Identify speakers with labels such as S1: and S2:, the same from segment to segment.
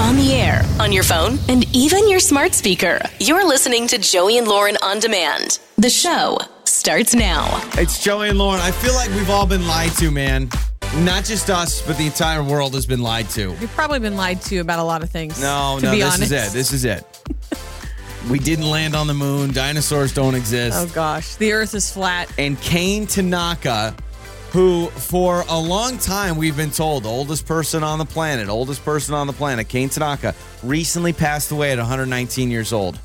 S1: On the air, on your phone, and even your smart speaker. You're listening to Joey and Lauren on demand. The show starts now.
S2: It's Joey and Lauren. I feel like we've all been lied to, man. Not just us, but the entire world has been lied to.
S3: You've probably been lied to about a lot of things.
S2: No,
S3: to
S2: no,
S3: be
S2: this is
S3: honest.
S2: it. This is it. we didn't land on the moon. Dinosaurs don't exist.
S3: oh gosh, the Earth is flat.
S2: And Kane Tanaka, who for a long time we've been told oldest person on the planet, oldest person on the planet, Kane Tanaka, recently passed away at 119 years old.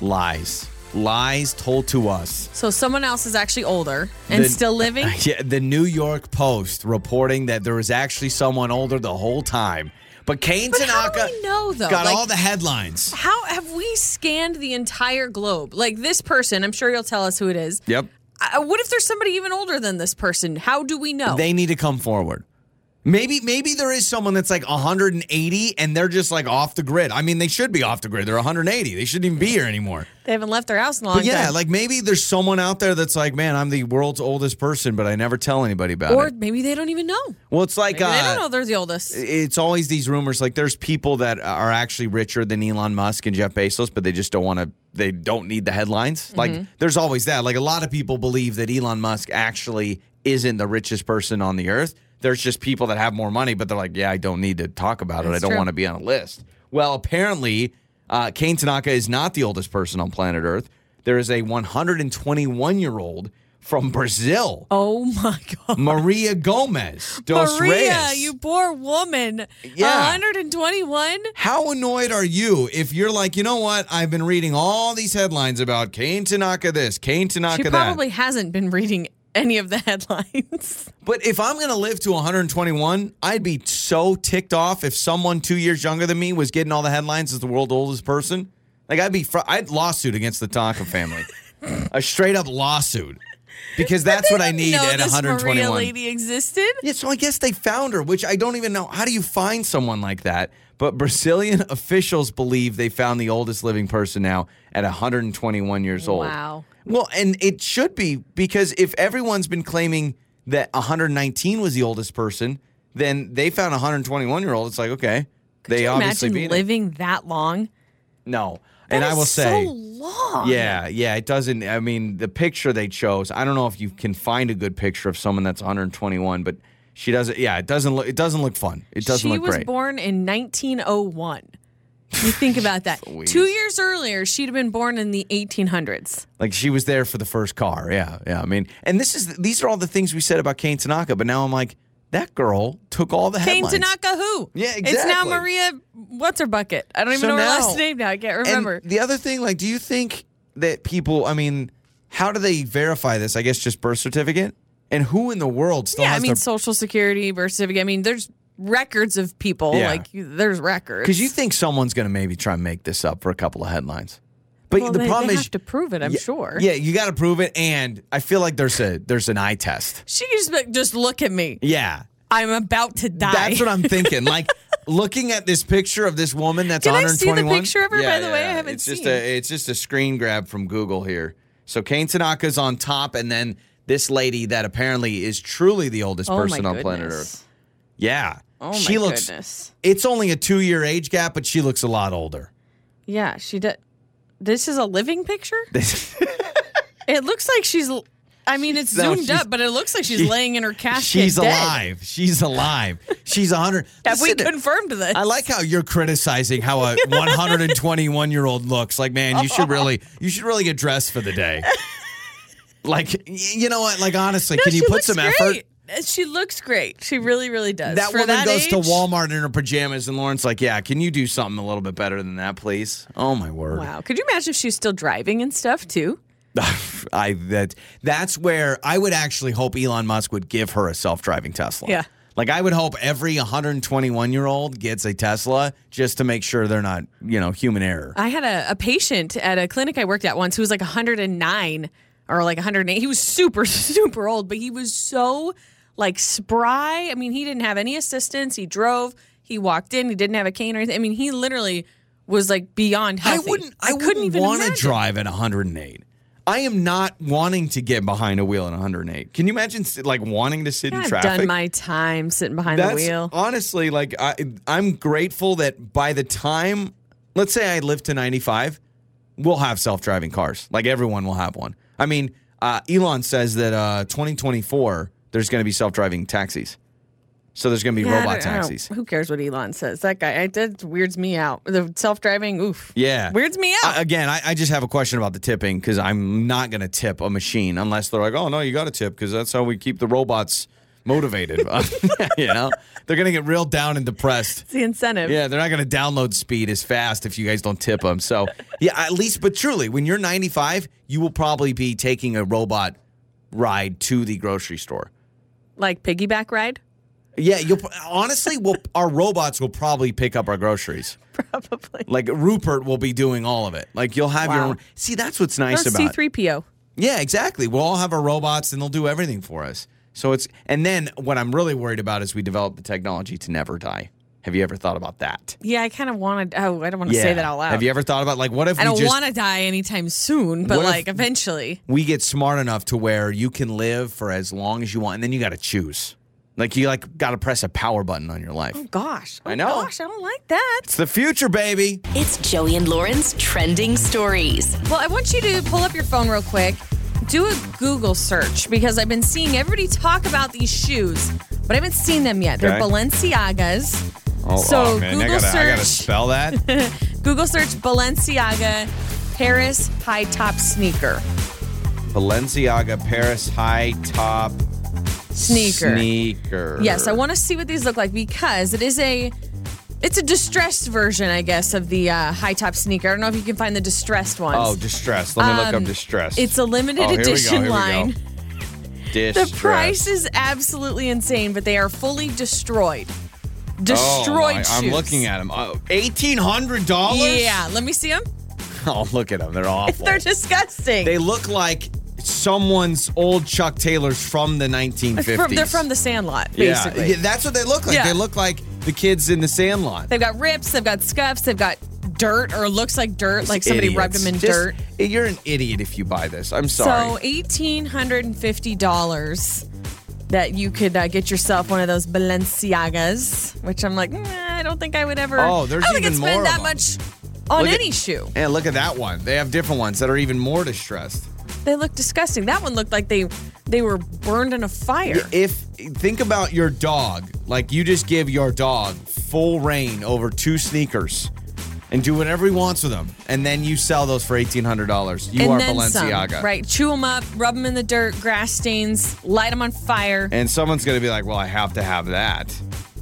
S2: Lies. Lies told to us.
S3: So someone else is actually older and
S2: The-
S3: still living.
S2: Yeah, the New York Post reporting that there was actually someone older the whole time. But Kane
S3: But how
S2: Tanaka
S3: do we know, though?
S2: got
S3: Like-
S2: all the headlines.
S3: How have we scanned the entire globe? Like this person, I'm sure you'll tell us who it is.
S2: Yep.
S3: Uh, what if there's somebody even older than this person? How do we know?
S2: They need to come forward. Maybe maybe there is someone that's like 180 and they're just like off the grid. I mean, they should be off the grid. They're 180. They shouldn't even be here anymore.
S3: They haven't left their house in a long
S2: But yeah,
S3: time.
S2: like maybe there's someone out there that's like, "Man, I'm the world's oldest person, but I never tell anybody about
S3: or
S2: it."
S3: maybe they don't even know.
S2: Well, it's like
S3: Maybe they
S2: uh,
S3: don't know they're the oldest.
S2: it's always these rumors like there's people that are actually richer than Elon Musk and Jeff Bezos, but they just don't want to, they don't need the headlines.
S3: Mm-hmm.
S2: Like there's always that. Like a lot of people believe that Elon Musk actually isn't the richest person on the earth. There's just people that have more money, but they're like, yeah, I don't need to talk about it. I
S3: That's
S2: don't
S3: true.
S2: want to be on a list. Well, apparently, uh, Kane Tanaka is not the oldest person on planet Earth. There is a 121 year old from Brazil,
S3: Oh my god.
S2: Maria Gomez dos
S3: Maria,
S2: Reis.
S3: you poor woman.
S2: Yeah.
S3: 121?
S2: How annoyed are you if you're like, you know what? I've been reading all these headlines about Kane Tanaka this, Kane Tanaka
S3: She
S2: that.
S3: probably hasn't been reading any of the headlines.
S2: But if I'm going to live to 121, I'd be so ticked off if someone two years younger than me was getting all the headlines as the world's oldest person. Like I'd be, fr- I'd lawsuit against the Tanaka family, a straight up lawsuit, because that's what I need
S3: know
S2: at
S3: this
S2: 121.
S3: Maria lady existed.
S2: Yeah, so I guess they found her, which I don't even know. How do you find someone like that? But Brazilian officials believe they found the oldest living person now at 121 years old.
S3: Wow.
S2: Well, and it should be because if everyone's been claiming that 119 was the oldest person, then they found a 121 year old. It's like, okay, they
S3: Can you
S2: obviously
S3: imagine
S2: beat it.
S3: living that long.
S2: No.
S3: That
S2: and I
S3: is
S2: will say,
S3: so long.
S2: yeah, yeah, it doesn't. I mean, the picture they chose. I don't know if you can find a good picture of someone that's 121, but she doesn't. Yeah, it doesn't look. It doesn't look fun. It doesn't
S3: she
S2: look
S3: was
S2: great.
S3: born in 1901. You think about that.
S2: Louise.
S3: Two years earlier, she'd have been born in the 1800s.
S2: like she was there for the first car. Yeah, yeah. I mean, and this is these are all the things we said about Kane Tanaka. But now I'm like, that girl took all the
S3: Kane
S2: headlines.
S3: Tanaka, who?
S2: Yeah,
S3: It's now
S2: exactly.
S3: Maria. What's her bucket? I don't even
S2: So
S3: know her
S2: now-
S3: last name now. I can't
S2: And
S3: remember.
S2: the other thing, like, do you think that people? I mean, how do they verify this? I guess just birth certificate. And who in the world still
S3: yeah, I
S2: has
S3: mean,
S2: their
S3: Social Security, birth certificate. I mean, there's records of people.
S2: Yeah.
S3: Like, there's records.
S2: Because you think someone's going to maybe try and make this up for a couple of headlines. But
S3: well,
S2: the
S3: they,
S2: problem
S3: they
S2: is,
S3: have to prove it. I'm
S2: yeah,
S3: sure.
S2: Yeah, you got to prove it, and I feel like there's a there's an eye test.
S3: She can just be like, just look at me.
S2: Yeah,
S3: I'm about to die.
S2: that's what I'm thinking. like looking at this picture of this woman that's
S3: Can I see the
S2: 121.
S3: picture of her,
S2: Yeah,
S3: by the way? I
S2: yeah,
S3: haven't
S2: it's just
S3: seen.
S2: A, it's just a screen grab from Google here. So Kane Tanaka's on top, and then this lady that apparently is truly the oldest person on planet Earth. Yeah,
S3: Oh my
S2: she looks.
S3: goodness.
S2: It's only a two year age gap, but she looks a lot older.
S3: Yeah, she did. This is a living picture. it looks like she's. l- I mean, it's
S2: No,
S3: zoomed
S2: she's-
S3: up, but it looks like she's
S2: she-
S3: laying in her casket.
S2: She's
S3: dead.
S2: alive. She's alive. She's 100.
S3: Have we
S2: Listen,
S3: confirmed this?
S2: I like how you're criticizing how a 121 year old looks. Like, man, you should really, you should really get dressed for the day. Like, y- you know what? Like, honestly,
S3: No,
S2: can you
S3: she
S2: put
S3: looks
S2: some effort?
S3: great. effort? She looks great. She really, really does.
S2: That
S3: For
S2: woman
S3: that
S2: goes to
S3: age-
S2: Walmart in her pajamas, and Lauren's like, "Yeah, can you do something a little bit better than that, please?" Oh my word!
S3: Wow. Could you imagine if she's still driving and stuff too?
S2: I that that's where I would actually hope Elon Musk would give her a self-driving Tesla.
S3: Yeah.
S2: Like I would hope every 121-year-old gets a Tesla just to make sure they're not, you know, human error.
S3: I had a, a patient at a clinic I worked at once who was like 109 or like 108. He was super, super old, but he was so like spry. I mean, he didn't have any assistance. He drove, he walked in, he didn't have a cane or anything. I mean, he literally was like beyond
S2: I
S3: healthy.
S2: wouldn't I,
S3: couldn't
S2: wouldn't
S3: even
S2: want to
S3: imagine.
S2: drive at 108. I am not wanting to get behind a wheel in 108. Can you imagine sit- like wanting to sit in
S3: I've
S2: traffic?
S3: done my time sitting behind the
S2: That's
S3: wheel.
S2: honestly like I, I'm grateful that by the time, let's say I live to 95, we'll have self driving cars. Like everyone will have one. I mean, uh, Elon says that uh, 2024 there's going to be self driving taxis. So there's going to be
S3: Yeah, I don't-
S2: robot
S3: I don't-
S2: taxis.
S3: Who cares what Elon says? That guy, I, that weirds me out. The self driving, oof.
S2: Yeah.
S3: Weirds me out.
S2: I- again, I, I just have a question about the tipping because I'm not going to tip a machine unless they're like, oh, no, you got to tip because that's how we keep the robots motivated. you know, they're going to get real down and depressed.
S3: it's the incentive.
S2: Yeah, they're not going to download speed as fast if you guys don't tip them. So, yeah, at least, but truly, when you're 95, you will probably be taking a robot ride to the grocery store.
S3: Like piggyback ride?
S2: Yeah, you'll honestly, we'll, our robots will probably pick up our groceries.
S3: Probably.
S2: Like Rupert will be doing all of it. Like you'll have your
S3: Wow.
S2: own. See, that's what's nice
S3: Or
S2: about. it.
S3: C3PO.
S2: Yeah, exactly. We'll all have our robots and they'll do everything for us. So it's and then what I'm really worried about is we develop the technology to never die. Have you ever thought about that?
S3: Yeah, I kind of want to. Oh, I don't want to say that out loud.
S2: Have you ever thought about like what if
S3: I
S2: we
S3: don't
S2: just
S3: want to die anytime soon, but
S2: What if-
S3: like eventually.
S2: we get smart enough to where you can live for as long as you want and then you got to choose. Like you like got to press a power button on your life.
S3: Gosh. Oh,
S2: I know.
S3: Gosh, I don't like that.
S2: It's the future, baby.
S1: It's Joey and Lauren's trending stories.
S3: Well, I want you to pull up your phone real quick, do a Google search because I've been seeing everybody talk about these shoes, but I haven't seen them yet. They're
S2: Okay.
S3: Balenciagas.
S2: Oh,
S3: so Google search,
S2: that.
S3: Google search Balenciaga Paris high top sneaker.
S2: Balenciaga Paris high top
S3: Sneaker.
S2: Sneaker.
S3: Yes, I want to see what these look like because it is a it's a distressed version, I guess, of the uh, high top sneaker. I don't know if you can find the distressed ones.
S2: Oh, distress. Let me look
S3: Um,
S2: up distress.
S3: it's a limited
S2: Oh, here we go,
S3: edition
S2: here we go.
S3: line. The
S2: Distress.
S3: price is absolutely insane, but they are fully destroyed. Destroyed
S2: Oh,
S3: shoes.
S2: I, am looking at them. Oh, $1,800?
S3: Yeah, let me see them.
S2: Oh, look at them. They're awful.
S3: They're disgusting.
S2: they look like someone's old Chuck Taylors from the 1950s.
S3: from, they're from the Sandlot,
S2: Yeah.
S3: basically.
S2: Yeah, that's what they look like.
S3: Yeah.
S2: They look like the kids in the Sandlot.
S3: They've got rips, they've got scuffs, they've got dirt, or looks like dirt, like somebody rubbed them in
S2: Just- eh,
S3: dirt.
S2: You're an idiot if you buy this. I'm sorry.
S3: So eighteen hundred and fifty dollars that you could uh, get yourself one of those Balenciagas, which I'm like, "Nah, I don't think I would ever.
S2: Oh, there's
S3: I don't think
S2: even
S3: I'd
S2: more of
S3: spend that
S2: them.
S3: much on
S2: Look at-
S3: any shoe.
S2: and look at that one. They have different ones that are even more distressed.
S3: They look disgusting. That one looked like they they were burned in a fire.
S2: If think about your dog, like you just give your dog full reign over two sneakers and do whatever he wants with them, and then you sell those for eighteen hundred dollars. You
S3: and
S2: are
S3: then
S2: Balenciaga,
S3: some, right? Chew them up, rub them in the dirt, grass stains, light them on fire.
S2: And someone's gonna be like, "Well, I have to have that."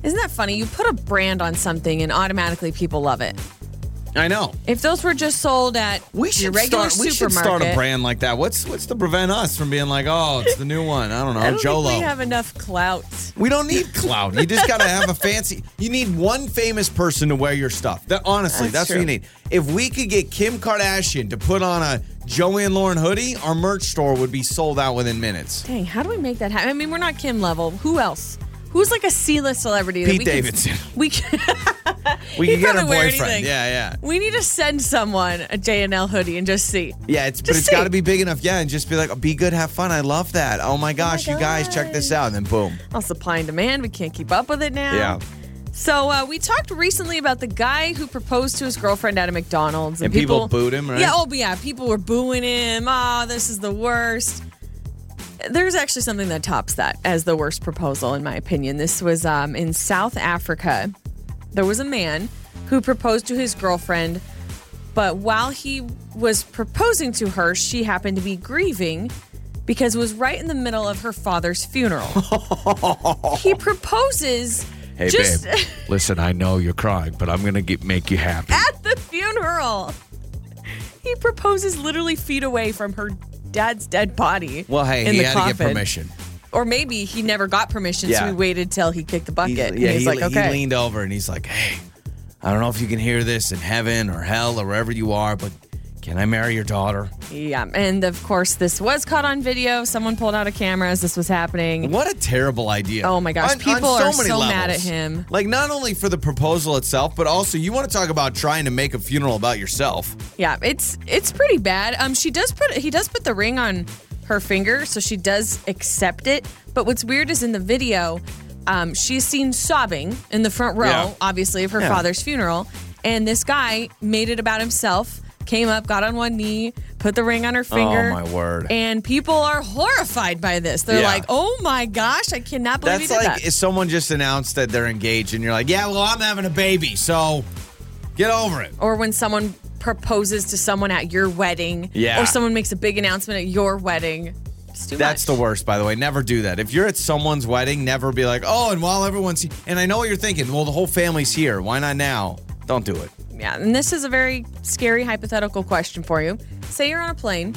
S3: Isn't that funny? You put a brand on something and automatically people love it.
S2: I know.
S3: If those were just sold at
S2: We
S3: your
S2: should
S3: regular
S2: start. We should
S3: supermarket,
S2: start a brand like that. What's what's to prevent us from being like, "Oh, it's the new one." I don't know,
S3: I don't
S2: Jolo.
S3: think we have enough clout.
S2: We don't need cloud. You just gotta have a fancy. You need one famous person to wear your stuff. That honestly, that's,
S3: That's
S2: what you
S3: true.
S2: need. If we could get Kim Kardashian to put on a Joey and Lauren hoodie, our merch store would be sold out within minutes.
S3: Dang, how do we make that happen? I mean, we're not Kim level. Who else? Who's like a C-list celebrity? that
S2: Pete
S3: we could-
S2: Davidson.
S3: we can,
S2: We
S3: He'd
S2: could get a
S3: probably wear
S2: boyfriend.
S3: anything.
S2: Yeah, yeah,
S3: we need to send someone a JNL hoodie and just see.
S2: yeah. It's but
S3: Just
S2: it's
S3: see.
S2: got to be big enough. Yeah, and just be like, "Oh, be good, have fun. I love that. Oh my gosh, you guys, check this out. And then boom.
S3: Well, supply and demand. We can't keep up with it now.
S2: Yeah.
S3: So uh, we talked recently about the guy who proposed to his girlfriend at a McDonald's,
S2: And people booed him, right?
S3: Yeah. Oh, yeah. People were booing him. Oh, this is the worst. There's actually something that tops that as the worst proposal, in my opinion. This was um, in South Africa. There was a man who proposed to his girlfriend, but while he was proposing to her, she happened to be grieving because it was right in the middle of her father's funeral. he proposes just
S2: Listen, I know you're crying, but I'm gonna get, make you happy.
S3: at the funeral. He proposes literally feet away from her dad's dead body.
S2: Well, hey,
S3: in
S2: he
S3: the
S2: had
S3: coffin.
S2: to get permission.
S3: or maybe he never got permission, so
S2: Yeah.
S3: he waited till he kicked the
S2: He's-
S3: bucket. and
S2: yeah,
S3: he's
S2: he,
S3: like,
S2: le- he
S3: okay,
S2: leaned over and he's like, "Hey, I don't know if you can hear this in heaven or hell or wherever you are, but Can I marry your daughter?
S3: Yeah. And of course, this was caught on video. Someone pulled out a camera as this was happening.
S2: What a terrible idea.
S3: Oh my gosh, people are so mad
S2: levels.
S3: at him.
S2: Like, not only for the proposal itself, but also you want to talk about trying to make a funeral about yourself.
S3: Yeah, it's it's pretty bad. Um, she does put he does put the ring on her finger, so she does accept it. But what's weird is in the video, um, she's seen sobbing in the front row,
S2: Yeah.
S3: obviously of her
S2: Yeah.
S3: father's funeral, and this guy made it about himself. Came up, got on one knee, put the ring on her finger.
S2: Oh, my word.
S3: And people are horrified by this. They're
S2: Yeah.
S3: like, "Oh my gosh, I cannot believe
S2: That's
S3: he did
S2: like
S3: that."
S2: if someone just announced that they're engaged and you're like, yeah, well, I'm having a baby, so get over it.
S3: or when someone proposes to someone at your wedding,
S2: Yeah.
S3: or someone makes a big announcement at your wedding. It's too
S2: That's
S3: much.
S2: the worst, by the way. Never do that. If you're at someone's wedding, never be like, oh, and while everyone's he-" and I know what you're thinking, well, the whole family's here. Why not now? Don't do it.
S3: Yeah, and this is a very scary hypothetical question for you. Say you're on a plane,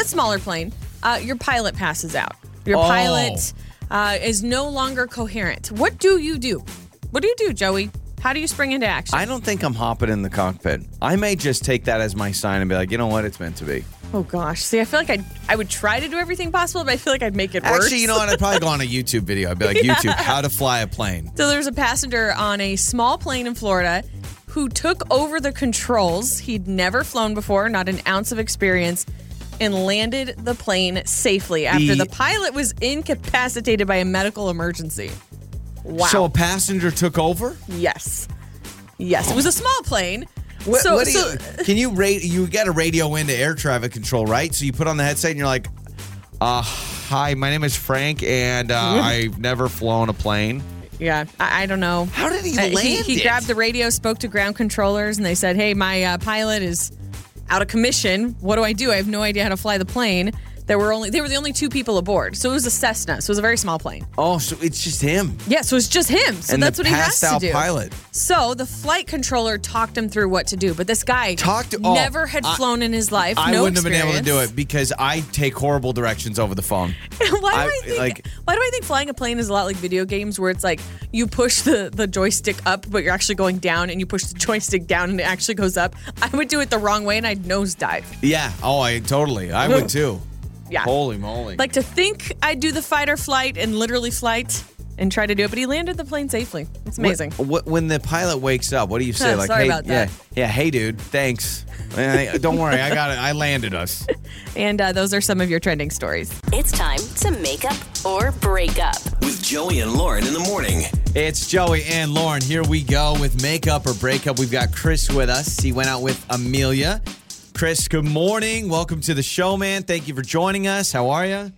S3: a smaller plane, uh, your pilot passes out. Your
S2: Oh.
S3: pilot uh, is no longer coherent. What do you do? What do you do, Joey? How do you spring into action?
S2: I don't think I'm hopping in the cockpit. I may just take that as my sign and be like, you know what? It's meant to be.
S3: oh gosh, see, I feel like I I would try to do everything possible, but I feel like I'd make it worse.
S2: Actually, you know what? I'd probably go on a YouTube video. I'd be like, YouTube, how to fly a plane.
S3: So there's a passenger on a small plane in Florida who took over the controls. He'd never flown before, not an ounce of experience, and landed the plane safely after
S2: The-
S3: the, pilot was incapacitated by a medical emergency. Wow.
S2: So a passenger took over?
S3: yes. Yes. It was a small plane.
S2: What,
S3: so,
S2: what do
S3: so-
S2: you, can you rate? You got to radio into air traffic control, right? So you put on the headset and you're like, uh, "Hi, my name is Frank, and uh, I've never flown a plane."
S3: yeah, I, I don't know.
S2: How did he
S3: Uh,
S2: land?
S3: he, he
S2: it?
S3: grabbed the radio, spoke to ground controllers, and they said, "Hey, my uh, pilot is out of commission. What do I do? I have no idea how to fly the plane." There were only they were the only two people aboard, so it was a Cessna, so it was a very small plane.
S2: Oh, so it's just him.
S3: Yeah, so it's just him. So
S2: and
S3: that's
S2: the
S3: what he has
S2: passed
S3: to
S2: out
S3: do.
S2: pilot.
S3: So the flight controller talked him through what to do, but this guy
S2: Talked- oh,
S3: never had
S2: I-
S3: flown in his life.
S2: I
S3: no
S2: wouldn't have been able to do
S3: experience.
S2: it because I take horrible directions over the phone.
S3: why do
S2: I-
S3: I, think
S2: like-
S3: why do I think flying a plane is a lot like video games where it's like you push the, the joystick up but you're actually going down and you push the joystick down and it actually goes up. I would do it the wrong way and I'd nosedive.
S2: Yeah. Oh, I totally. I would too.
S3: Yeah.
S2: Holy moly.
S3: Like to think I'd do the fight or flight and literally flight and try to do it, but he landed the plane safely. It's amazing.
S2: What, what- when the pilot wakes up, what do you say?
S3: Huh,
S2: like,
S3: sorry
S2: hey,
S3: about that."
S2: yeah, yeah, hey, dude, thanks. Eh, Don't worry, I got it. I landed us.
S3: And uh, those are some of your trending stories.
S1: It's time to make up or break up.
S4: With Joey and Lauren in the morning.
S2: It's Joey and Lauren. Here we go with makeup or breakup. We've got Chris with us. He went out with Amelia. Chris, good morning. Welcome to the show, man. Thank you for joining us. How are you?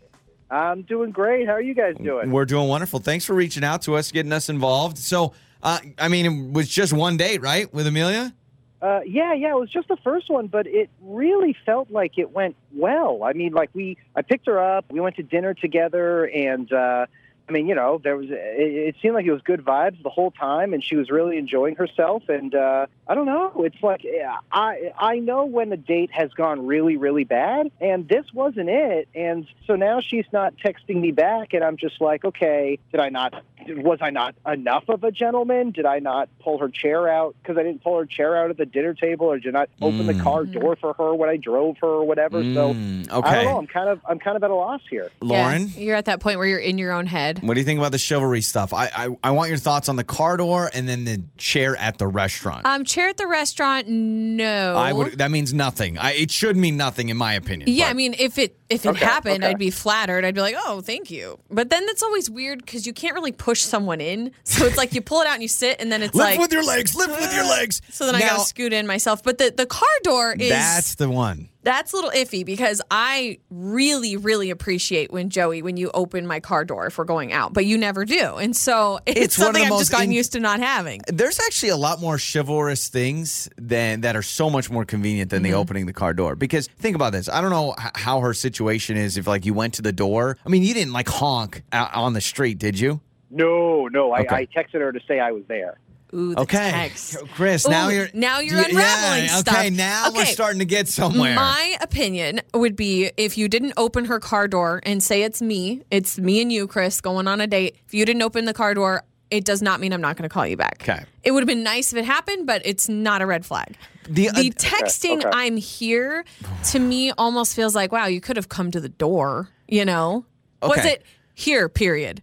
S5: I'm doing great. How are you guys doing?
S2: We're doing wonderful. Thanks for reaching out to us, getting us involved. So, uh, I mean, it was just one date, right, with Amelia?
S5: Uh, yeah, yeah. It was just the first one, but it really felt like it went well. I mean, like we, I picked her up. We went to dinner together, and uh, I mean, you know, there was. It, it seemed like it was good vibes the whole time, and she was really enjoying herself. And uh, I don't know. It's like yeah, I, I know when a date has gone really, really bad, and this wasn't it. And so now she's not texting me back, and I'm just like, okay, did I not was I not enough of a gentleman? Did I not pull her chair out because I didn't pull her chair out at the dinner table, or did I not
S2: Mm.
S5: open the car door for her when I drove her, or whatever? So
S2: Mm,
S5: I don't
S2: okay.
S5: know. I'm kind of I'm kind of at a loss here.
S2: Lauren?
S3: you're at that point where you're in your own head.
S2: What do you think about the chivalry stuff? I, I I want your thoughts on the car door and then the chair at the restaurant.
S3: Um, chair at the restaurant, no.
S2: I would that means nothing. I, it should mean nothing in my opinion.
S3: Yeah,
S2: but-
S3: I mean, if it if it
S5: Okay,
S3: happened,
S5: okay.
S3: I'd be flattered. I'd be like, oh, thank you. But then that's always weird because you can't really push someone in. So it's like you pull it out and you sit, and then it's
S2: lift
S3: like.
S2: with your legs, lift with your legs.
S3: so then I
S2: Now,
S3: gotta scoot in myself. But the the car door is
S2: That's the one.
S3: that's a little iffy because I really really appreciate when Joey when you open my car door if we're going out, but you never do, and so it's,
S2: It's one of
S3: something
S2: the
S3: I've
S2: most
S3: just gotten
S2: in-
S3: used to not having.
S2: There's actually a lot more chivalrous things than that are so much more convenient than the
S3: Mm-hmm.
S2: opening the car door. Because think about this. I don't know h- how her situation is. If like you went to the door, I mean, you didn't like honk out on the street, did you?
S5: No, no. I,
S2: Okay.
S5: I texted her to say I was there.
S3: Ooh, the
S2: Okay,
S3: text.
S2: Chris.
S3: Ooh,
S2: now you're
S3: now you're
S2: Yeah,
S3: unraveling
S2: okay,
S3: stuff.
S2: Okay, now we're
S3: Okay.
S2: starting to get somewhere.
S3: My opinion would be if you didn't open her car door and say it's me, it's me and you, Chris, going on a date. If you didn't open the car door, it does not mean I'm not going to call you back.
S2: Okay.
S3: It would have been nice if it happened, but it's not a red flag.
S2: The,
S3: The
S2: uh,
S3: texting
S5: okay.
S3: I'm here to me almost feels like, wow, you could have come to the door, you know? Was
S2: Okay.
S3: it here, period?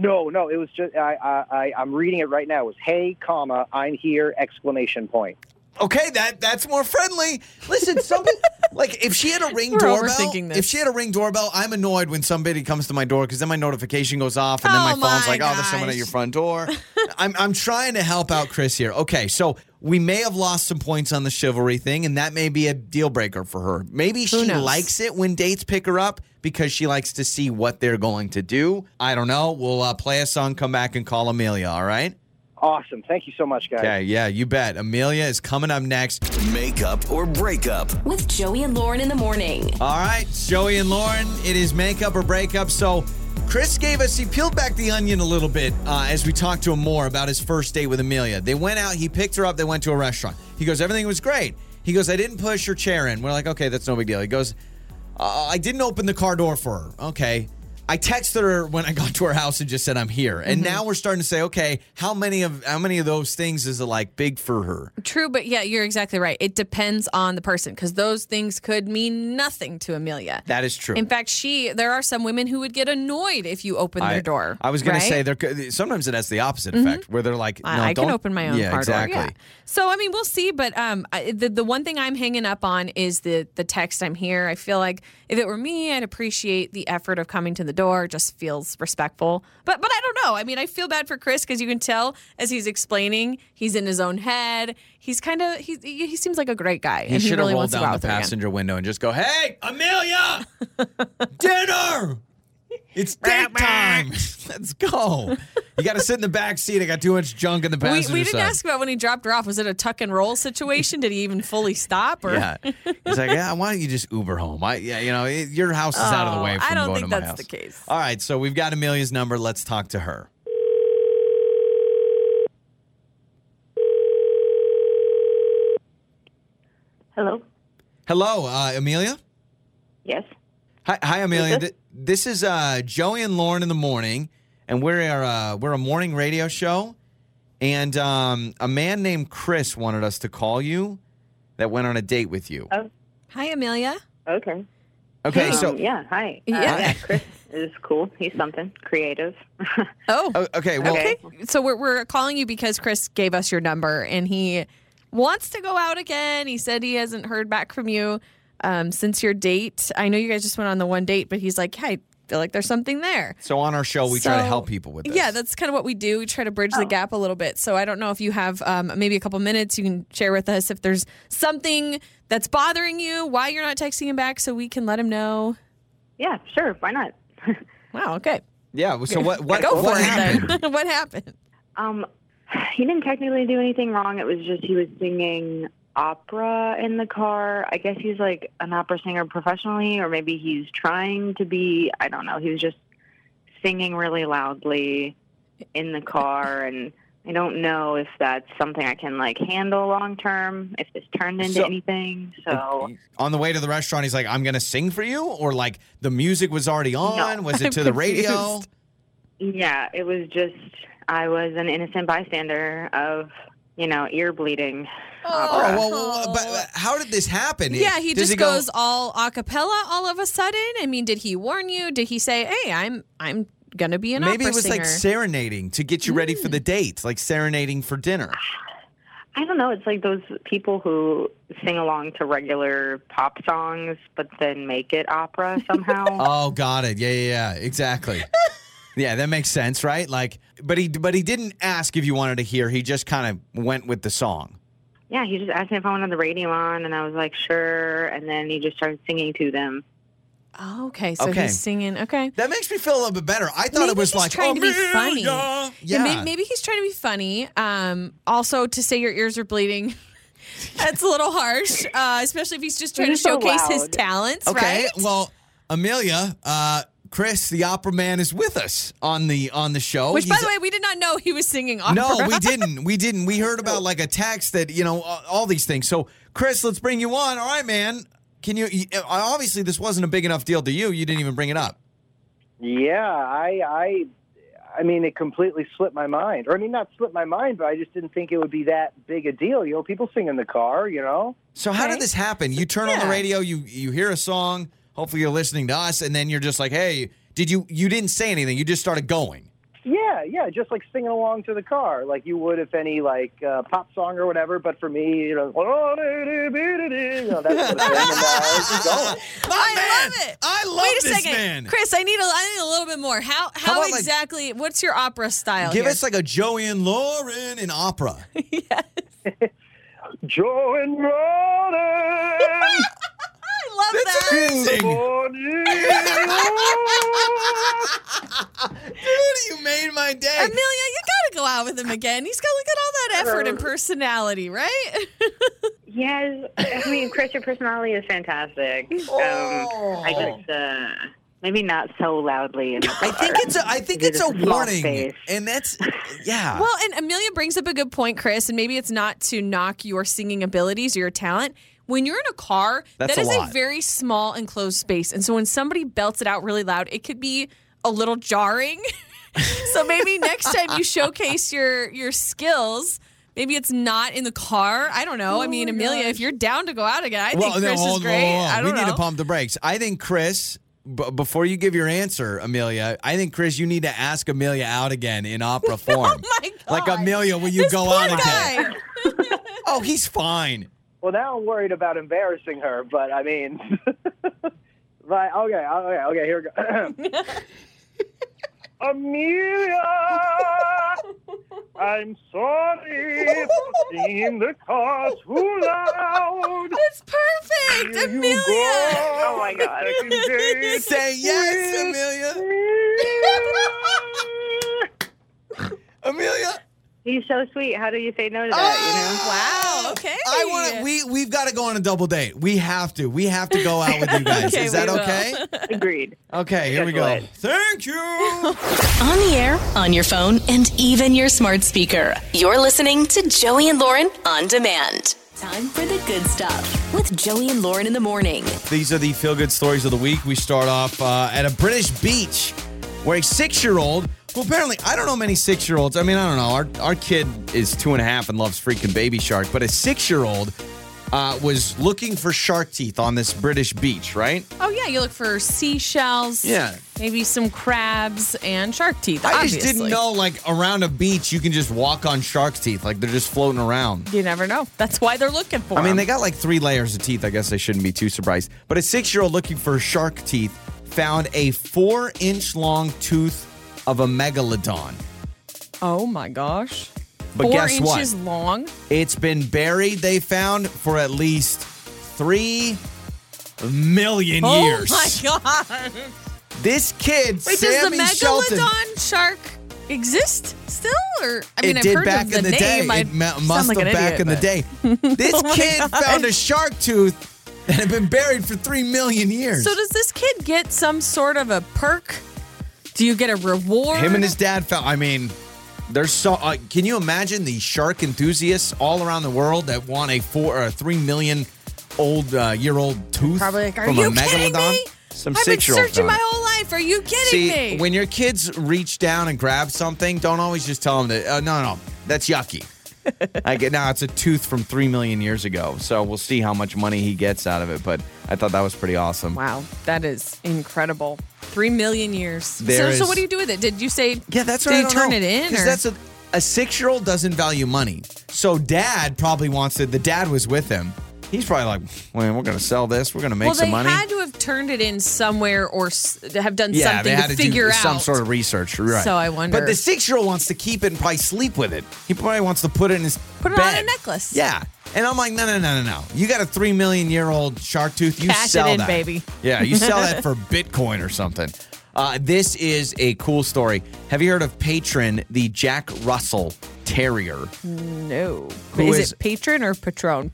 S5: No, no, it was just I, I, I I'm reading it right now. It was hey, comma, I'm here! Exclamation point.
S2: okay, that that's more friendly. Listen, somebody like if she had a ring
S3: We're
S2: doorbell,
S3: overthinking this.
S2: if she had a ring doorbell, I'm annoyed when somebody comes to my door because then my notification goes off and then
S3: Oh
S2: my phone's
S3: my
S2: like, oh, there's someone at
S3: gosh.
S2: your front door. I'm I'm trying to help out Chris here. Okay, so. We may have lost some points on the chivalry thing, and that may be a deal breaker for her. Maybe she
S3: knows?
S2: likes it when dates pick her up because she likes to see what they're going to do. I don't know. We'll uh, play a song, come back, and call Amelia, all right?
S5: Awesome. Thank you so much, guys.
S2: Okay, yeah, you bet. Amelia is coming up next.
S4: Makeup or breakup.
S1: With Joey and Lauren in the morning.
S2: All right, it's Joey and Lauren, it is makeup or breakup. So, Chris gave us, he peeled back the onion a little bit uh, as we talked to him more about his first date with Amelia. They went out, he picked her up, they went to a restaurant. He goes, Everything was great. He goes, I didn't push her chair in. We're like, Okay, that's no big deal. He goes, uh, I didn't open the car door for her. Okay. I texted her when I got to her house and just said I'm here. And now we're starting to say, okay, how many of how many of those things is it like big for her?
S3: True, but yeah, you're exactly right. It depends on the person because those things could mean nothing to Amelia.
S2: That is true.
S3: In fact, she there are some women who would get annoyed if you open their
S2: I-
S3: door.
S2: I was going
S3: right? Mm-hmm.
S2: to say there. could- Sometimes it has the opposite effect where they're like, no,
S3: I, I
S2: don't,
S3: can open my own
S2: Yeah,
S3: car door.
S2: exactly.
S3: Yeah. So I mean, we'll see. But um, I, the the one thing I'm hanging up on is the the text. I'm here. I feel like if it were me, I'd appreciate the effort of coming to the door. It Just feels respectful. But but I don't know. I mean, I feel bad for Chris because you can tell as he's explaining, he's in his own head. He's kind of he he seems like a great guy,
S2: He
S3: and he
S2: should have
S3: really
S2: rolled
S3: wants to go
S2: down
S3: out
S2: the
S3: with her again.
S2: passenger window and just go, "Hey, Amelia, dinner! It's date time. Let's go." You got to sit in the back seat. I got too much junk in the
S3: We,
S2: passenger
S3: we didn't
S2: side.
S3: ask about when he dropped her off. Was it a tuck and roll situation? Did he even fully stop? Or
S2: yeah, he's like, yeah. Why don't you just Uber home? I, yeah, you know, it- your house is out of the
S3: Oh,
S2: way. From
S3: I don't
S2: going
S3: think
S2: to my
S3: that's
S2: house.
S3: the case.
S2: All right, so we've got Amelia's number. Let's talk to her.
S6: Hello.
S2: Hello, uh, Amelia.
S6: Yes.
S2: Hi, hi Amelia.
S6: this?
S2: Th- This is uh, Joey and Lauren in the morning, and we're a, uh, we're a morning radio show. And um, a man named Chris wanted us to call you that went on a date with you.
S3: Hi, Amelia.
S6: Okay.
S2: Okay,
S6: Um,
S2: so
S6: yeah. Hi.
S3: Yeah.
S6: Uh, yeah. Chris is cool. He's something creative.
S3: Oh,
S2: o- okay, well,
S6: Okay.
S3: So we're, we're calling you because Chris gave us your number and he wants to go out again. He said he hasn't heard back from you um, since your date. I know you guys just went on the one date, but he's like, hey, I feel like there's something there.
S2: so on our show we try to
S3: So-
S2: help people with this.
S3: Yeah, that's kind of what we do. We try to bridge the
S2: Oh.
S3: gap a little bit. So I don't know if you have um, maybe a couple minutes you can share with us if there's something that's bothering you, why you're not texting him back, so we can let him know.
S6: yeah. Sure. Why not?
S3: Wow, okay.
S2: yeah. So what what
S3: go
S2: what
S3: for
S2: happened?
S3: it then. what happened?
S6: um, he didn't technically do anything wrong. It was just he was singing opera in the car. I guess he's like an opera singer professionally, or maybe he's trying to be. I don't know. He was just singing really loudly in the car and. I don't know if that's something I can like handle long term. If this turned into
S2: So-
S6: anything, so
S2: On the way to the restaurant, he's like, "I'm gonna sing for you," or like the music was already on. Was it
S3: I'm
S2: to the radio?
S3: confused.
S6: Yeah, it was just I was an innocent bystander of you know ear bleeding.
S2: Oh,
S6: opera.
S2: well, well, well, but, but how did this happen?
S3: Yeah, he
S2: Does
S3: just
S2: go-
S3: goes all a cappella all of a sudden. I mean, did he warn you? Did he say, "Hey, I'm I'm gonna be an
S2: Maybe
S3: opera
S2: it was
S3: singer"? Mm.
S2: like serenading to get you ready for the date, like serenading for dinner.
S6: I don't know. It's like those people who sing along to regular pop songs, but then make it opera somehow.
S2: Oh, got it. Yeah, yeah, yeah. Exactly. yeah, that makes sense, right? Like, but he but he didn't ask if you wanted to hear. He just kind of went with the song.
S6: yeah, he just asked me if I wanted the radio on, and I was like, sure. And then he just started singing to them.
S3: Oh, okay, so
S2: Okay.
S3: he's singing. Okay,
S2: That makes me feel a little bit better. I thought
S3: Maybe
S2: it was
S3: he's
S2: like
S3: trying to be funny.
S2: "Amelia."
S3: Yeah,
S2: Yeah.
S3: may- maybe, he's trying to be funny. Um, also, to say your ears are bleeding, that's a little harsh, uh, especially if he's just trying
S6: He's
S3: to
S6: so
S3: showcase his
S6: loud.
S3: talents.
S2: okay.
S3: right?
S2: Well, Amelia, uh, Chris, the opera man, is with us on the on the show.
S3: which, by
S2: Oh, He's-
S3: the way, we did not know he was singing opera.
S2: No, we didn't. We didn't. We heard about like a tax that you know all all these things. So, Chris, let's bring you on. All right, man. Can you? you- Obviously, this wasn't a big enough deal to you. You didn't even bring it up.
S5: Yeah, I, I, I mean, it completely slipped my mind. Or I mean, not slipped my mind, but I just didn't think it would be that big a deal. You know, people sing in the car. You know,
S2: So how
S3: Okay.
S2: did this happen? You turn on the
S3: Yeah.
S2: radio, you you hear a song. Hopefully you're listening to us, and then you're just like, "Hey, did you you didn't say anything? You just started going."
S5: yeah, yeah, just like singing along to the car, like you would if any like uh, pop song or whatever. But for me, you know, you know that's what it's
S3: Oh,
S5: going.
S3: I
S2: Oh, Man,
S3: love it.
S2: I love
S3: Wait a
S2: this
S3: second,
S2: man.
S3: Chris. I need a, I need a little bit more. How how,
S2: about, like-
S3: exactly? what's your opera style?
S2: Give
S3: here?
S2: us like a Joey and Lauren in opera.
S5: Joe and Ronan,
S3: I love
S2: That's
S3: that.
S2: amazing. Dude, you made my day.
S3: Amelia, you gotta go out with him again. He's got look at all that effort
S2: Uh,
S3: and personality, right?
S6: Yes, I mean, Chris, your personality is fantastic. Um, I just uh, maybe not so loudly. In the
S2: Oh. I think
S6: car.
S2: it's a I think it's
S6: Because
S2: a
S6: small
S2: warning.
S6: space.
S2: And that's yeah.
S3: Well, and Amelia brings up a good point, Chris, and maybe it's not to knock your singing abilities or your talent. When you're in a car,
S2: That's
S3: that
S2: a
S3: is a
S2: lot.
S3: very small enclosed space. And so when somebody belts it out really loud, it could be a little jarring. so maybe next time you showcase your your skills, maybe it's not in the car. I don't know. I mean, Amelia, if you're down to go out again, I think
S2: Well, no,
S3: Chris
S2: hold
S3: is
S2: on,
S3: great.
S2: hold on.
S3: I
S2: we
S3: don't
S2: need to
S3: know.
S2: pump the brakes. I think Chris, b- before you give your answer, Amelia, I think Chris, you need to ask Amelia out again in opera form.
S3: Oh my God.
S2: like Amelia, will you
S3: This
S2: go
S3: poor
S2: out again?
S3: guy.
S2: Oh, he's fine.
S5: Well, now I'm worried about embarrassing her, but I mean, right? Okay, okay, okay. Here we go. Amelia, I'm sorry for singing the car too loud.
S3: It's perfect,
S5: Here you
S3: Amelia.
S5: go.
S6: Oh, my God.
S5: Second date.
S2: Oh, Say yes, Amelia. Amelia.
S6: He's so sweet. How do you say no to that?
S3: Wow. Okay.
S2: Oh, I want to. We we've got to go on a double date. We have to. We have to go out with you guys.
S3: Okay,
S2: Is that
S3: we will.
S2: okay?
S6: You know, agreed.
S2: Okay. Here we go. Thank you.
S1: On the air, on your phone, and even your smart speaker. You're listening to Joey and Lauren on demand. Time for the good stuff with Joey and Lauren in the morning.
S2: These are the feel good stories of the week. We start off uh, at a British beach where a six year old, who apparently, I don't know many six year olds. I mean, I don't know. Our, our kid is two and a half and loves freaking Baby Shark, but a six year old uh, was looking for shark teeth on this British beach, right?
S3: Oh yeah, you look for seashells.
S2: Yeah.
S3: Maybe some crabs and shark teeth.
S2: I
S3: obviously.
S2: just didn't know, like, around a beach, you can just walk on shark teeth. Like, they're just floating around.
S3: You never know. That's why they're looking for.
S2: I mean, they
S3: 'em.
S2: got like three layers of teeth. I guess they shouldn't be too surprised. But a six year old looking for shark teeth found a four inch long tooth of a megalodon.
S3: Oh my gosh.
S2: But
S3: Four
S2: guess what?
S3: inches long.
S2: It's been buried, they found, for at least three million years.
S3: Oh my god.
S2: This kid,
S3: Wait,
S2: Sammy
S3: does the
S2: Shelton.
S3: megalodon shark exist still? Or I mean,
S2: it
S3: I've
S2: did
S3: heard
S2: back
S3: of
S2: in the, day.
S3: name. I
S2: It ma-
S3: sound
S2: must
S3: like
S2: have
S3: an
S2: back
S3: idiot,
S2: in the day.
S3: but-
S2: This
S3: Oh my
S2: kid
S3: God.
S2: found a shark tooth that had been buried for three million years.
S3: So does this kid get some sort of a perk? Do you get a reward?
S2: Him and his dad found. I mean, there's so. Uh, can you imagine the shark enthusiasts all around the world that want a four or a three million old uh, year old tooth
S3: probably like, are
S2: from
S3: you
S2: a
S3: kidding
S2: megalodon?
S3: me?
S2: Some
S3: I've been
S2: six year old.
S3: searching my whole life. Are you
S2: See,
S3: kidding me?
S2: when your kids reach down and grab something, don't always just tell them that. Uh, no, no, that's yucky. I get now. It's a tooth from three million years ago, so we'll see how much money he gets out of it. But I thought that was pretty awesome.
S3: Wow, that is incredible. Three million years.
S2: There
S3: so, so
S2: is-
S3: what do you do with it? Did you say?
S2: Yeah, that's
S3: Did
S2: what
S3: you
S2: I don't
S3: turn
S2: know.
S3: it in? Or?
S2: Because that's a, a six year old doesn't value money. So dad probably wants it. The dad was with him. He's probably like, well, we're gonna sell this. We're gonna make
S3: well, they
S2: some money.
S3: had to have turned it in somewhere or s- have done
S2: yeah,
S3: something
S2: they had
S3: to,
S2: to,
S3: figure
S2: do
S3: out
S2: some sort of research. You're Right.
S3: So I wonder-
S2: But the six year old wants to keep it and probably sleep with it. He probably wants to put it in his
S3: Put it on
S2: bed.
S3: a necklace.
S2: Yeah. And I'm like, no, no, no, no, no. You got a three million year old shark tooth. You
S3: Cash it
S2: sell
S3: in,
S2: that,
S3: baby.
S2: Yeah, you sell that for Bitcoin or something. Uh, this is a cool story. Have you heard of Patron, the Jack Russell Terrier?
S3: No.
S2: Who
S3: is,
S2: is-
S3: it patron or patron?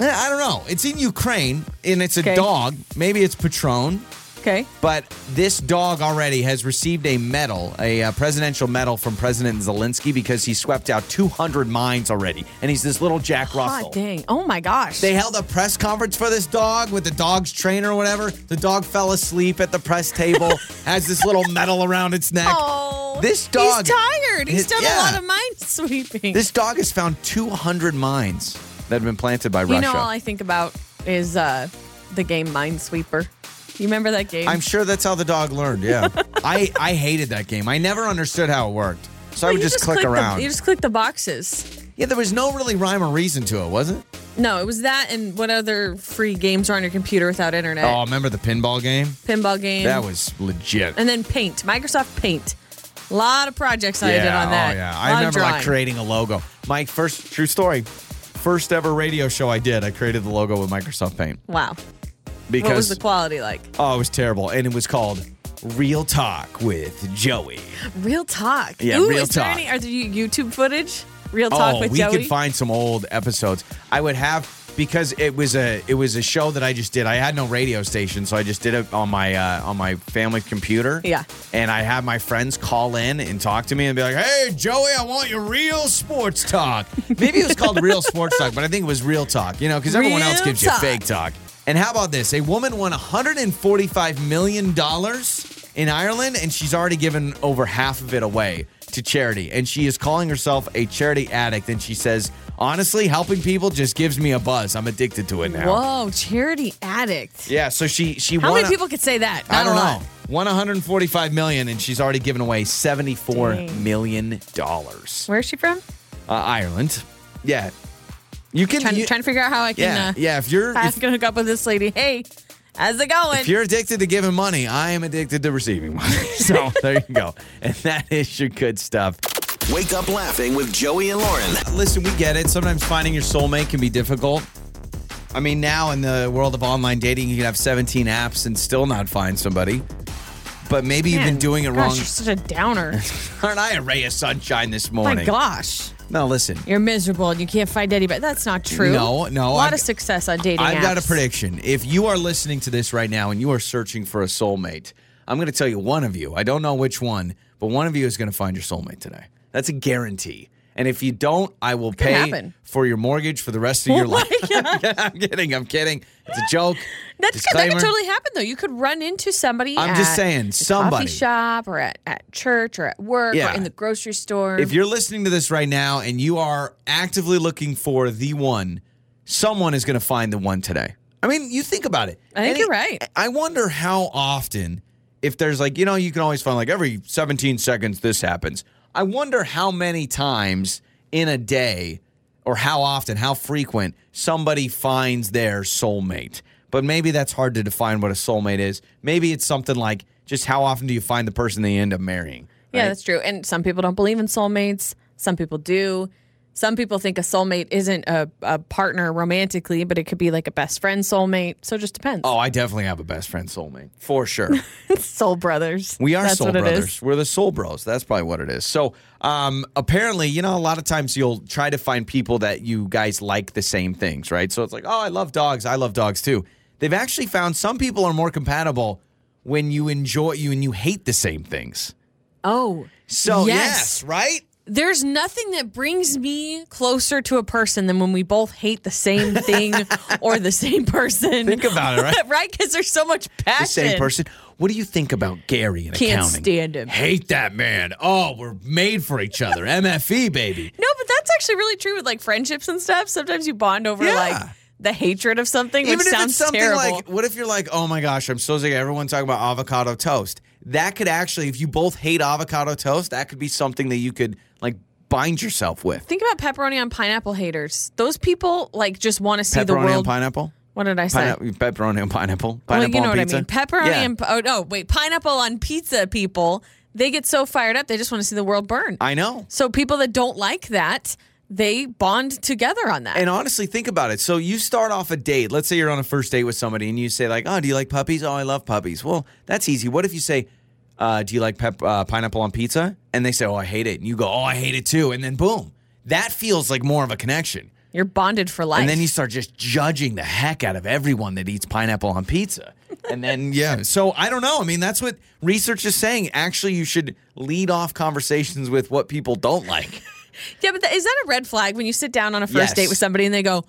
S2: Eh, I don't know. It's in Ukraine and it's a
S3: Okay.
S2: dog. Maybe it's Patron,
S3: Okay.
S2: but this dog already has received a medal, a uh, presidential medal from President Zelensky because he swept out 200 mines already. And he's this little Jack Russell.
S3: God dang. Oh my gosh.
S2: They held a press conference for this dog with the dog's trainer or whatever. The dog fell asleep at the press table, has this little medal around its neck.
S3: Oh.
S2: This dog.
S3: He's tired. He's
S2: His-
S3: done a
S2: yeah.
S3: lot of mind sweeping.
S2: This dog has found 200 mines that have been planted by
S3: you
S2: Russia.
S3: know, all I think about is uh, the game Minesweeper. You remember that game?
S2: I'm sure that's how the dog learned. Yeah. I, I hated that game. I never understood how it worked. So I
S3: Well,
S2: would
S3: you
S2: just, click
S3: the-
S2: around.
S3: you just click the boxes.
S2: yeah, there was no really rhyme or reason to it, was it?
S3: No, it was that and what other free games are on your computer without internet.
S2: Oh, remember the pinball game?
S3: Pinball game.
S2: That was legit.
S3: and then Paint, Microsoft Paint. A lot of projects I
S2: yeah,
S3: did on that.
S2: Oh, yeah.
S3: A
S2: I
S3: lot of
S2: remember like
S3: drawing.
S2: creating a logo. My first true story. First ever radio show I did, I created the logo with Microsoft Paint
S3: Wow.
S2: because
S3: What was the quality like?
S2: oh, it was terrible, and it was called Real Talk with Joey.
S3: Real talk.
S2: Yeah,
S3: Ooh,
S2: real
S3: is there
S2: talk.
S3: Any, are there YouTube footage? Real talk
S2: oh,
S3: with
S2: we
S3: Joey.
S2: could find some old episodes. I would have because it was a it was a show that I just did. I had no radio station, so I just did it on my uh, on my family's computer.
S3: Yeah.
S2: and I had my friends call in and talk to me and be like, "Hey, Joey, I want your real sports talk." Maybe it was called real sports talk, but I think it was real talk. You know, because everyone
S3: Real
S2: else gives
S3: talk.
S2: you fake talk. And how about this? A woman won 145 million dollars in Ireland, and she's already given over half of it away to charity. And she is calling herself a charity addict. And she says, "Honestly, helping people just gives me a buzz. I'm addicted to it now."
S3: Whoa, charity addict.
S2: Yeah. So she she
S3: How
S2: won
S3: many
S2: a-
S3: people could say that? Not
S2: I don't
S3: a lot.
S2: know. Won 145 million, and she's already given away 74 million dollars.
S3: Where's she from?
S2: Uh, Ireland. Yeah, you can.
S3: Trying,
S2: you-
S3: trying to figure out how I can.
S2: yeah,
S3: uh,
S2: yeah. If you're
S3: I
S2: if,
S3: can hook up with this lady. Hey, how's it going?
S2: if you're addicted to giving money, I am addicted to receiving money. So there you go, and that is your good stuff.
S4: Wake up laughing with Joey and Lauren.
S2: Listen, we get it. Sometimes finding your soulmate can be difficult. I mean, now in the world of online dating, you can have 17 apps and still not find somebody. But maybe you've been
S3: Man,
S2: doing it
S3: gosh,
S2: wrong.
S3: You're such a downer.
S2: Aren't I a ray of sunshine this morning?
S3: My gosh.
S2: No, listen.
S3: You're miserable and you can't find anybody. That's not true.
S2: No, no,
S3: A lot
S2: I've-
S3: of success on dating
S2: I've got a
S3: apps.
S2: prediction. If you are listening to this right now and you are searching for a soulmate, I'm going to tell you one of you. I don't know which one, but one of you is going to find your soulmate today. That's a guarantee. And if you don't, I will pay
S3: happen. Oh
S2: for your mortgage for the rest of your life. I'm kidding. I'm kidding. It's a joke.
S3: That could, that
S2: Disclaimer.
S3: could totally happen, though. You could run into somebody
S2: I'm just
S3: at
S2: saying,
S3: the
S2: somebody.
S3: coffee shop or at, at church or at work
S2: Yeah.
S3: or in the grocery store.
S2: If you're listening to this right now and you are actively looking for the one, someone is going to find the one today. I mean, you think about it.
S3: I think you're right.
S2: I wonder how often, if there's like, you know, you can always find like every 17 seconds this happens. I wonder how many times in a day or how often, how frequent somebody finds their soulmate. But maybe that's hard to define what a soulmate is. Maybe it's something like just how often do you find the person they end up marrying?
S3: yeah,
S2: right?
S3: that's true. And some people don't believe in soulmates. Some people do. Some people think a soulmate isn't a, a partner romantically, but it could be like a best friend soulmate. So it just depends.
S2: Oh, I definitely have a best friend soulmate for sure.
S3: Soul brothers.
S2: We are
S3: That's
S2: soul
S3: what it is.
S2: brothers. We're the soul bros. That's probably what it is. So, um, apparently, you know, a lot of times you'll try to find people that you guys like the same things, right? So it's like, oh, I love dogs. I love dogs too. They've actually found some people are more compatible when you enjoy you and you hate the same things.
S3: Oh,
S2: So yes
S3: Yes.
S2: right?
S3: there's nothing that brings me closer to a person than when we both hate the same thing or the same person.
S2: Think about it, right?
S3: right? Because there's so much passion.
S2: the same person. What do you think about Gary in
S3: Can't
S2: accounting?
S3: stand him.
S2: Hate that man. Oh, we're made for each other. MFE baby.
S3: No, but that's actually really true with like friendships and stuff. Sometimes you bond over
S2: Yeah.
S3: like the hatred of something, which
S2: Even if it's
S3: sounds
S2: something
S3: terrible.
S2: like, what if you're like, oh my gosh, I'm so sick of everyone talking about avocado toast? That could actually, if you both hate avocado toast, that could be something that you could like bind yourself with.
S3: Think about pepperoni on pineapple haters. Those people like just want to see the
S2: Pepperoni and
S3: world.
S2: pineapple?
S3: what did I say?
S2: Pineapple, pepperoni and pineapple. Pineapple
S3: Well, you know
S2: on
S3: what
S2: pizza?
S3: I mean. Pepperoni
S2: Yeah.
S3: and oh no, wait, pineapple on pizza. People they get so fired up they just want to see the world burn.
S2: I know.
S3: So people that don't like that, they bond together on that.
S2: And honestly, think about it. So you start off a date. Let's say you're on a first date with somebody, and you say like, "Oh, do you like puppies? Oh, I love puppies." Well, that's easy. What if you say, uh, "Do you like pep- uh, pineapple on pizza?" And they say, "Oh, I hate it," and you go, "Oh, I hate it too," and then boom, that feels like more of a connection.
S3: You're bonded for life.
S2: And then you start just judging the heck out of everyone that eats pineapple on pizza. And then, yeah. So I don't know. I mean, that's what research is saying. Actually, you should lead off conversations with what people don't like.
S3: yeah, but that, is that a red flag when you sit down on a first
S2: Yes.
S3: date with somebody and they go,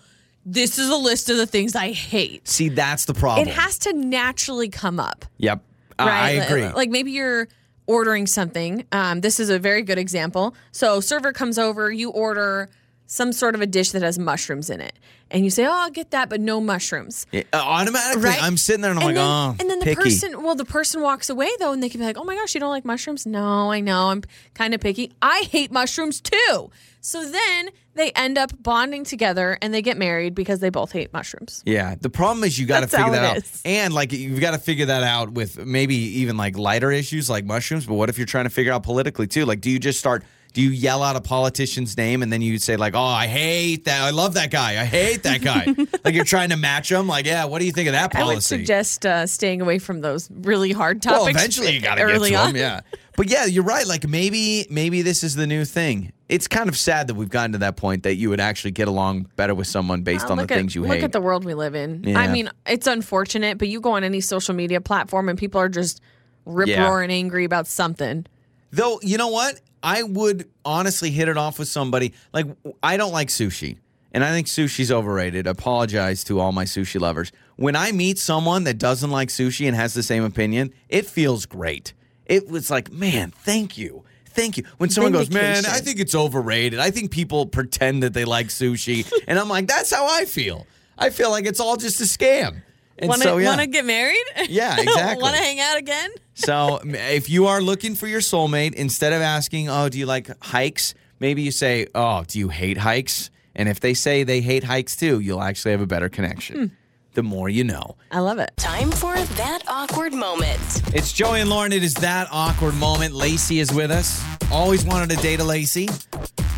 S3: "This is a list of the things I hate."
S2: See, that's the problem.
S3: It has to naturally come up,
S2: Yep. I-
S3: right?
S2: I agree.
S3: Like maybe you're ordering something. Um, this is a very good example. So, server comes over, you order some sort of a dish that has mushrooms in it, and you say, "Oh, I'll get that, but no mushrooms."
S2: Yeah, uh, automatically,
S3: Right?
S2: I'm sitting there and I'm
S3: and
S2: like,
S3: then,
S2: oh,
S3: and then the
S2: picky.
S3: person, well, the person walks away though, and they can be like, "Oh my gosh, you don't like mushrooms?" No, I know, I'm kind of picky. I hate mushrooms too. So then they end up bonding together and they get married because they both hate mushrooms.
S2: Yeah, the problem is you got to
S3: That's
S2: figure
S3: how
S2: that out,
S3: it is.
S2: and like you've got to figure that out with maybe even like lighter issues like mushrooms. But what if you're trying to figure out politically too? Like, do you just start? Do you yell out a politician's name and then you say like, "Oh, I hate that. I love that guy. I hate that guy." like you're trying to match them. Like, yeah, what do you think of that
S3: I
S2: policy?
S3: would suggest uh, staying away from those really hard topics.
S2: well, eventually you got to get to
S3: early on.
S2: them. Yeah, but yeah, you're right. Like maybe maybe this is the new thing. It's kind of sad that we've gotten to that point that you would actually get along better with someone based
S3: Uh,
S2: on the
S3: look at,
S2: things you
S3: look
S2: hate.
S3: at the world we live in. I
S2: Yeah.
S3: mean, it's unfortunate, but you go on any social media platform and people are just rip roaring angry about something.
S2: Though, you know what? I would honestly hit it off with somebody. Like, I don't like sushi, and I think sushi's overrated. Apologize to all my sushi lovers. When I meet someone that doesn't like sushi and has the same opinion, it feels great. It was like, man, thank you. Thank you. When someone goes, man, I
S3: Vindication.
S2: think it's overrated. I think people pretend that they like sushi. and I'm like, that's how I feel. I feel like it's all just a scam. And
S3: Want to
S2: so, yeah.
S3: want to get married?
S2: Yeah, exactly.
S3: want to hang out again?
S2: So m- if you are looking for your soulmate, instead of asking, "Oh, do you like hikes?" maybe you say, "Oh, do you hate hikes?" And if they say they hate hikes too, you'll actually have a better connection.
S3: Hmm.
S2: The more you know.
S3: I love it.
S1: Time for that awkward moment.
S2: It's Joey and Lauren. It is that awkward moment. Lacey is with us. Always wanted to date a Lacey.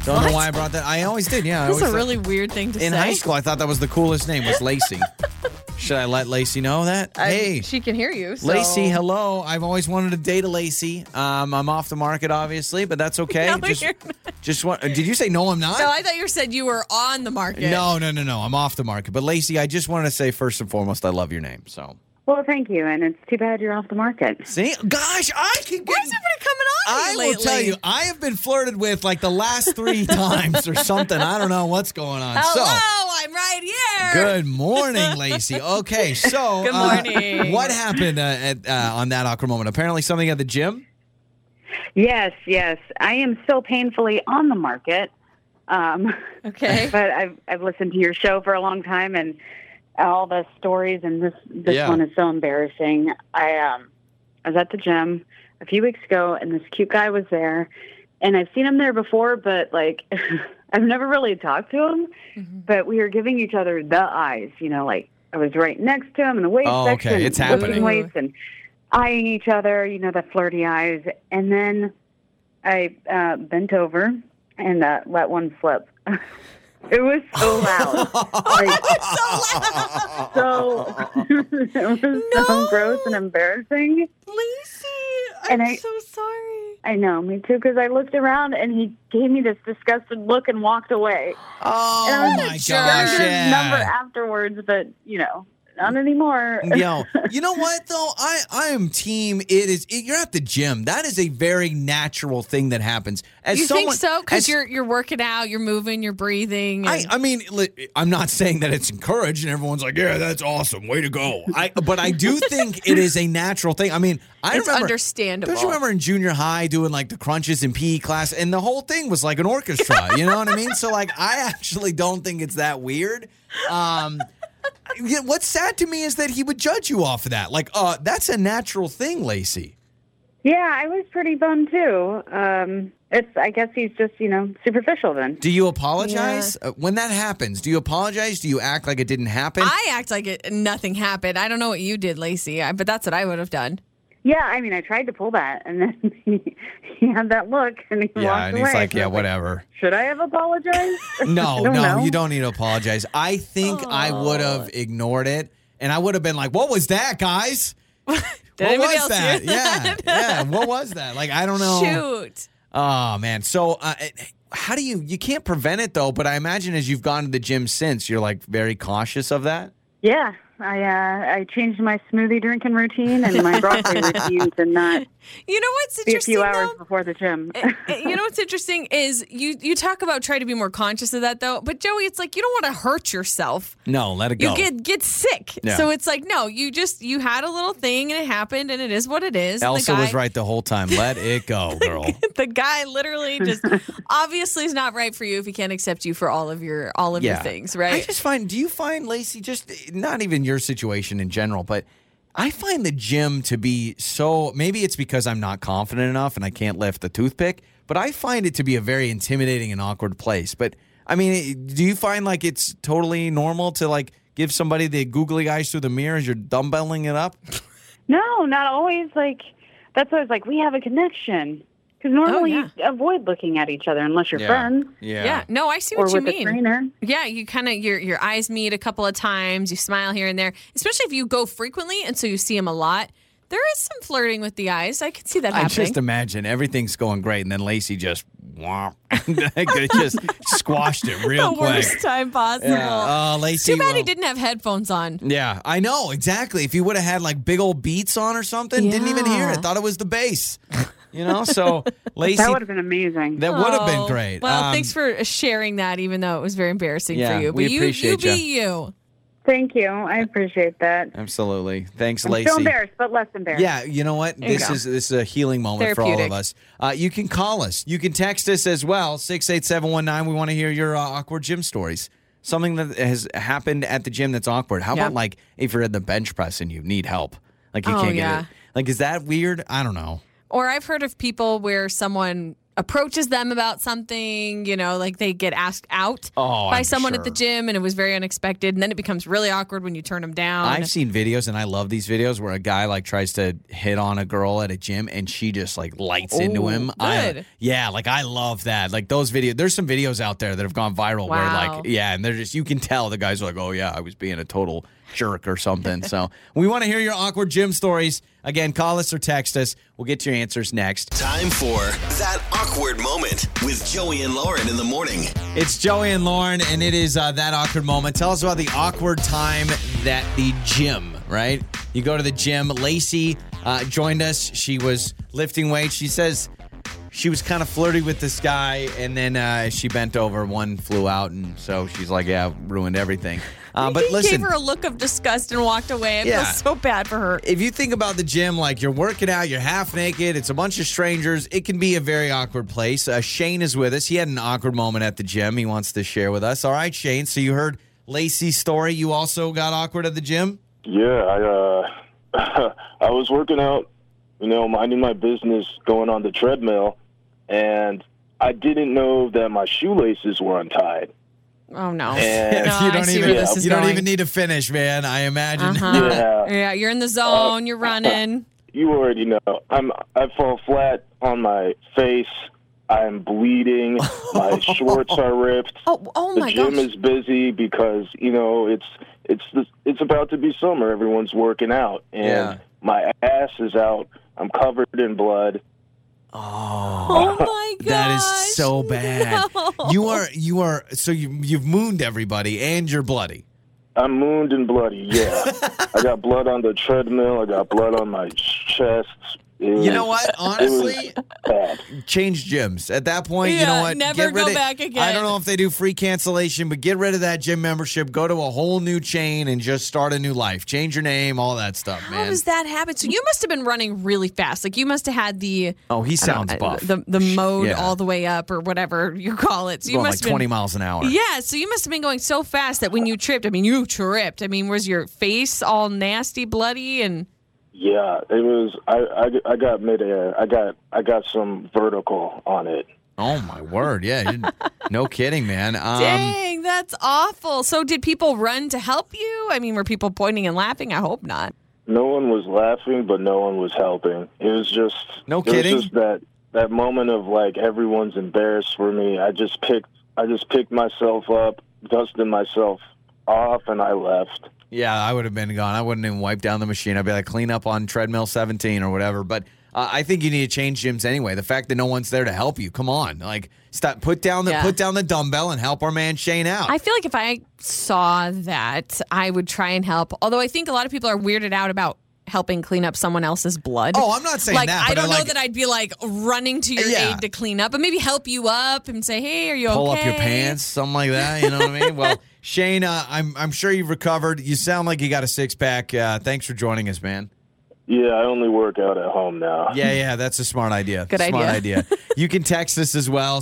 S2: Don't know why I brought that. I always did. Yeah. I
S3: This
S2: always
S3: is a
S2: thought-
S3: really weird thing to
S2: in
S3: say.
S2: high school. I thought that was the coolest name was Lacey. Should I let Lacey know that?
S3: I-
S2: hey,
S3: she can hear you. So.
S2: Lacey, hello. I've always wanted to date a Lacey. Um, I'm off the market, obviously, but that's okay.
S3: No,
S2: just,
S3: you're
S2: just want. Did you say no? I'm not.
S3: No, I thought you said you were on the market.
S2: no, no, no, no. I'm off the market. But Lacey, I just wanted to say first and foremost, I love your name. So
S6: Well, thank you, and it's too bad you're off the market.
S2: see, gosh, I can get.
S3: Why is everybody coming on?
S2: I
S3: you
S2: will
S3: lately?
S2: tell you, I have been flirted with like the last three times or something. I don't know what's going on.
S3: Hello,
S2: So.
S3: I'm right here.
S2: Good morning, Lacey. Okay, so
S3: Good
S2: uh,
S3: morning.
S2: what happened uh, at, uh, on that awkward moment? Apparently, something at the gym.
S6: Yes, yes, I am still painfully on the market, um,
S3: Okay.
S6: but I've I've listened to your show for a long time and all the stories, and this this
S2: Yeah.
S6: one is so embarrassing. I um, I was at the gym a few weeks ago, and this cute guy was there, and I've seen him there before, but like I've never really talked to him.
S2: Mm-hmm.
S6: But we were giving each other the eyes, you know, like I was right next to him in the weight
S2: Oh,
S6: section,
S2: okay, it's
S6: and lifting
S2: happening.
S6: weights and eyeing each other, you know, the flirty eyes, and then I uh, bent over and uh, let one slip. it was so loud. Like, so it was so gross and embarrassing.
S3: Lacey, I'm
S6: And I-
S3: so sorry.
S6: I know, me too, because I looked around and he gave me this disgusted look and walked away.
S2: Oh
S6: And I was
S2: my
S6: like,
S2: gosh!
S6: "Sure, I get his number
S2: Yeah.
S6: afterwards, but you know, not anymore.
S2: Yo, you know what though? I I am team. It is it, you're at the gym. That is a very natural thing that happens. As
S3: you
S2: someone,
S3: think so? Because
S2: as-
S3: you're you're working out, you're moving, you're breathing.
S2: I,
S3: and-
S2: I mean, li- I'm not saying that it's encouraged, and everyone's like, "Yeah, that's awesome, way to go." I, but I do think it is a natural thing. I mean, I
S3: it's
S2: remember,
S3: understandable.
S2: Don't you remember in junior high doing like the crunches in PE class, and the whole thing was like an orchestra. you know what I mean? So like, I actually don't think it's that weird. Um, yeah, what's sad to me is that he would judge you off of that. Like, uh, that's a natural thing, Lacey.
S6: yeah, I was pretty bummed too. Um, it's I guess he's just you know superficial then.
S2: Do you apologize uh, when that happens? Do you apologize? Do you act like it didn't happen?
S3: I act like it, nothing happened. I don't know what you did, Lacey, I, but that's what I would have done.
S6: Yeah, I mean, I tried to pull that, and then he, he had that look, and he walked
S2: yeah, and
S6: away.
S2: he's like,
S6: So I
S2: "Yeah,
S6: was like,
S2: whatever."
S6: Should I have apologized?
S2: No,
S6: I
S2: no,
S6: don't know.
S2: you don't need to apologize. I think I would have ignored it, and I would have been like, "What was that, guys?"
S3: Did
S2: what
S3: anybody
S2: was
S3: else
S2: that?
S3: hear that?
S2: Yeah, yeah. What was that? Like, I don't know.
S3: Shoot.
S2: Oh man. So, uh, it- how do you? You can't prevent it though. But I imagine as you've gone to the gym since, you're like very cautious of that.
S6: Yeah, I uh, I changed my smoothie drinking routine and my broccoli routine to not
S3: You know what's
S6: Be a
S3: interesting?
S6: few hours
S3: though?
S6: before the gym.
S3: Uh, uh, you know what's interesting is you you talk about try to be more conscious of that though, but Joey, it's like you don't want to hurt yourself.
S2: No, let it
S3: You
S2: go.
S3: get get sick,
S2: Yeah.
S3: so it's like no, you just you had a little thing and it happened and it is what it is. And the
S2: Elsa was
S3: guy-
S2: right the whole time. Let it go, girl.
S3: the guy literally just obviously is not right for you if he can't accept you for all of your all of your things, right?
S2: I just find, do you find, Lacey, just not even your situation in general, but I find the gym to be so, maybe it's because I'm not confident enough and I can't lift the toothpick, but I find it to be a very intimidating and awkward place. But I mean, do you find like it's totally normal to like give somebody the googly eyes through the mirror as you're dumbbelling it up?
S6: No, not always. Like that's always like we have a connection because
S3: Oh,
S6: normally you avoid looking at each other unless you're
S2: Yeah.
S6: friends
S3: yeah. no, I see
S6: or
S3: what you
S6: with a
S3: mean.
S6: trainer.
S3: Yeah, you kind of your your eyes meet a couple of times, you smile here and there, especially if you go frequently and so you see him a lot. There is some flirting with the eyes. I can see that
S2: I
S3: happening.
S2: just imagine everything's going great, and then Lacey just, womp, They just squashed it real
S3: the
S2: quick.
S3: worst time possible.
S2: Yeah. Oh, Lacey,
S3: Too bad he
S2: well-
S3: didn't have headphones on.
S2: Yeah, I know exactly. If you would have had like big old beats on or something, didn't even hear it.
S3: Yeah.
S2: Thought it was the bass. You know, so Lacey,
S6: That would have been amazing.
S2: that would have been
S3: Oh,
S2: great.
S3: Well,
S2: Um,
S3: thanks for sharing that, even though it was very embarrassing
S2: Yeah,
S3: for you. But
S2: we
S3: you,
S2: appreciate
S3: you
S2: ya.
S3: be you.
S6: Thank you. I appreciate that.
S2: Absolutely, thanks,
S6: I'm
S2: Lacey.
S6: still embarrassed, but less embarrassed.
S2: Yeah, you know what?
S3: you
S2: This
S3: go.
S2: is this is a healing moment for all of
S3: Therapeutic.
S2: us. Uh, you can call us. You can text us as well. Six eight seven one nine. We want to hear your uh, awkward gym stories. Something that has happened at the gym that's awkward. How
S3: Yeah.
S2: about like if you're at the bench press and you need help, like you
S3: Oh,
S2: can't get
S3: yeah.
S2: it. Like, is that weird? I don't know.
S3: Or I've heard of people where someone approaches them about something, you know, like they get asked out
S2: Oh,
S3: by
S2: I'm
S3: someone at the
S2: sure.
S3: gym and it was very unexpected. And then it becomes really awkward when you turn them down.
S2: I've seen videos and I love these videos where a guy like tries to hit on a girl at a gym and she just like lights into
S3: Ooh,
S2: him. I,
S3: good.
S2: yeah, like I love that. Like those videos. There's some videos out there that have gone viral where
S3: Wow.
S2: like yeah, and they're just you can tell the guys are like, "Oh yeah, I was being a total jerk or something." so, we want to hear your awkward gym stories. Again, call us or text us. We'll get your answers next.
S4: Time for That Awkward Moment with Joey and Lauren in the morning.
S2: It's Joey and Lauren, and it is uh, that awkward moment. Tell us about the awkward time that the gym, right? You go to the gym. Lacey uh, joined us. She was lifting weights. She says she was kind of flirty with this guy, and then uh, she bent over. One flew out, and so she's like, "Yeah, ruined everything." Uh, but
S3: he
S2: listen,
S3: gave her a look of disgust and walked away. I
S2: Yeah.
S3: feel so bad for her.
S2: if you think about the gym, like you're working out, you're half naked, it's a bunch of strangers, it can be a very awkward place. Uh, Shane is with us. He had an awkward moment at the gym he wants to share with us. All right, Shane. So you heard Lacey's story. You also got awkward at the gym?
S7: Yeah, I uh, I was working out, you know, minding my business, going on the treadmill, and I didn't know that my shoelaces were untied.
S3: Oh, no.
S7: And
S3: No, I see where this is
S2: you don't
S3: going.
S2: even need to finish, man. I imagine.
S3: Uh-huh.
S7: Yeah.
S3: Yeah, you're in the zone, you're running.
S7: You already know. I'm I fall flat on my face. I'm bleeding. My shorts are ripped.
S3: Oh, oh
S7: the
S3: my
S7: gym
S3: gosh.
S7: is busy because you know it's it's the, it's about to be summer. Everyone's working out, and
S2: Yeah.
S7: my ass is out. I'm covered in blood.
S3: oh my gosh.
S2: That is so bad.
S3: No.
S2: You are you are so you you've mooned everybody and you're bloody.
S7: I'm mooned and bloody. Yeah, I got blood on the treadmill. I got blood on my chest. It
S2: You know
S7: was
S2: what? Honestly,
S7: bad.
S2: change gyms. At that point, you know
S3: Yeah,
S2: what?
S3: never
S2: Get rid
S3: go
S2: of-
S3: back again.
S2: I don't know if they do free cancellation, but get rid of that gym membership. Go to a whole new chain and just start a new life. Change your name, all that stuff,
S3: How
S2: man.
S3: does that happen? So you must have been running really fast. Like you must have had the
S2: oh, he sounds
S3: uh,
S2: buff.
S3: the the mode
S2: yeah.
S3: all the way up or whatever you call it. So
S2: He's
S3: you
S2: going like
S3: must have
S2: 20
S3: been,
S2: miles an hour.
S3: Yeah, so you must have been going so fast that when you tripped, I mean you tripped. I mean, was your face all nasty, bloody, and
S7: Yeah, it was. I, I, I got midair. I got I got some vertical on it.
S2: Oh my word. Yeah. you- no kidding, man. Um,
S3: dang, that's awful. So did people run to help you? I mean, were people pointing and laughing? I hope not.
S7: No one was laughing, but no one was helping. It was just
S2: No
S7: it
S2: kidding?
S7: Was just that that moment of like everyone's embarrassed for me. I just picked I just picked myself up, dusted myself off, and I left.
S2: Yeah, I would have been gone. I wouldn't even wipe down the machine. I'd be like, clean up on treadmill 17 or whatever. But uh, I think you need to change gyms anyway. The fact that no one's there to help you. Come on, like stop. Put down the
S3: Yeah.
S2: put down the dumbbell and help our man Shane out.
S3: I feel like if I saw that, I would try and help. Although I think a lot of people are weirded out about helping clean up someone else's blood.
S2: Oh, I'm not saying
S3: like,
S2: that,
S3: I
S2: but I
S3: don't know
S2: like-
S3: that I'd be like running to your
S2: Yeah.
S3: aid to clean up, but maybe help you up and say, "Hey, are you
S2: pull
S3: okay?"
S2: up your pants, something like that. You know what I mean? Well, Shane, uh, I'm I'm sure you've recovered. You sound like you got a six pack. Uh, thanks for joining us, man.
S7: Yeah, I only work out at home now.
S2: Yeah, yeah, that's a smart idea.
S3: Good
S2: smart
S3: idea.
S2: you can text us as well,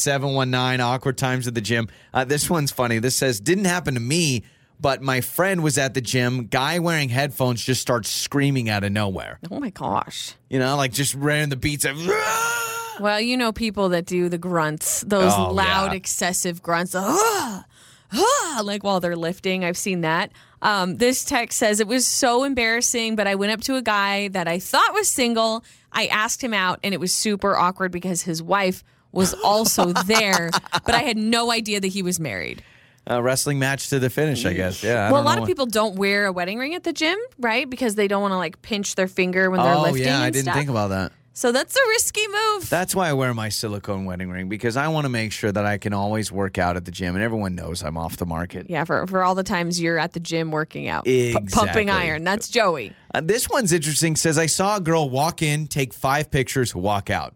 S2: 68719, awkward times at the gym. Uh, this one's funny. This says, didn't happen to me, but my friend was at the gym. Guy wearing headphones just starts screaming out of nowhere.
S3: Oh my gosh.
S2: You know, like just ran the beats. Of, "Ah!"
S3: Well, you know people that do the grunts, those
S2: Oh,
S3: loud,
S2: yeah.
S3: excessive grunts, the, "Ah, ah," like while they're lifting. I've seen that. Um, this text says it was so embarrassing, but I went up to a guy that I thought was single. I asked him out, and it was super awkward because his wife was also there, but I had no idea that he was married.
S2: a wrestling match to the finish, I guess. Yeah. I
S3: well,
S2: don't
S3: a lot
S2: know
S3: of
S2: what-
S3: people don't wear a wedding ring at the gym, right? Because they don't want to like pinch their finger when they're
S2: Oh,
S3: lifting.
S2: yeah, I
S3: and
S2: didn't
S3: stuff.
S2: think about that.
S3: So that's a risky move.
S2: That's why I wear my silicone wedding ring because I want to make sure that I can always work out at the gym, and everyone knows I'm off the market.
S3: Yeah, for, for all the times you're at the gym working out, pu-
S2: Exactly.
S3: pumping iron. That's Joey.
S2: Uh, this one's interesting. Says I saw a girl walk in, take five pictures, walk out.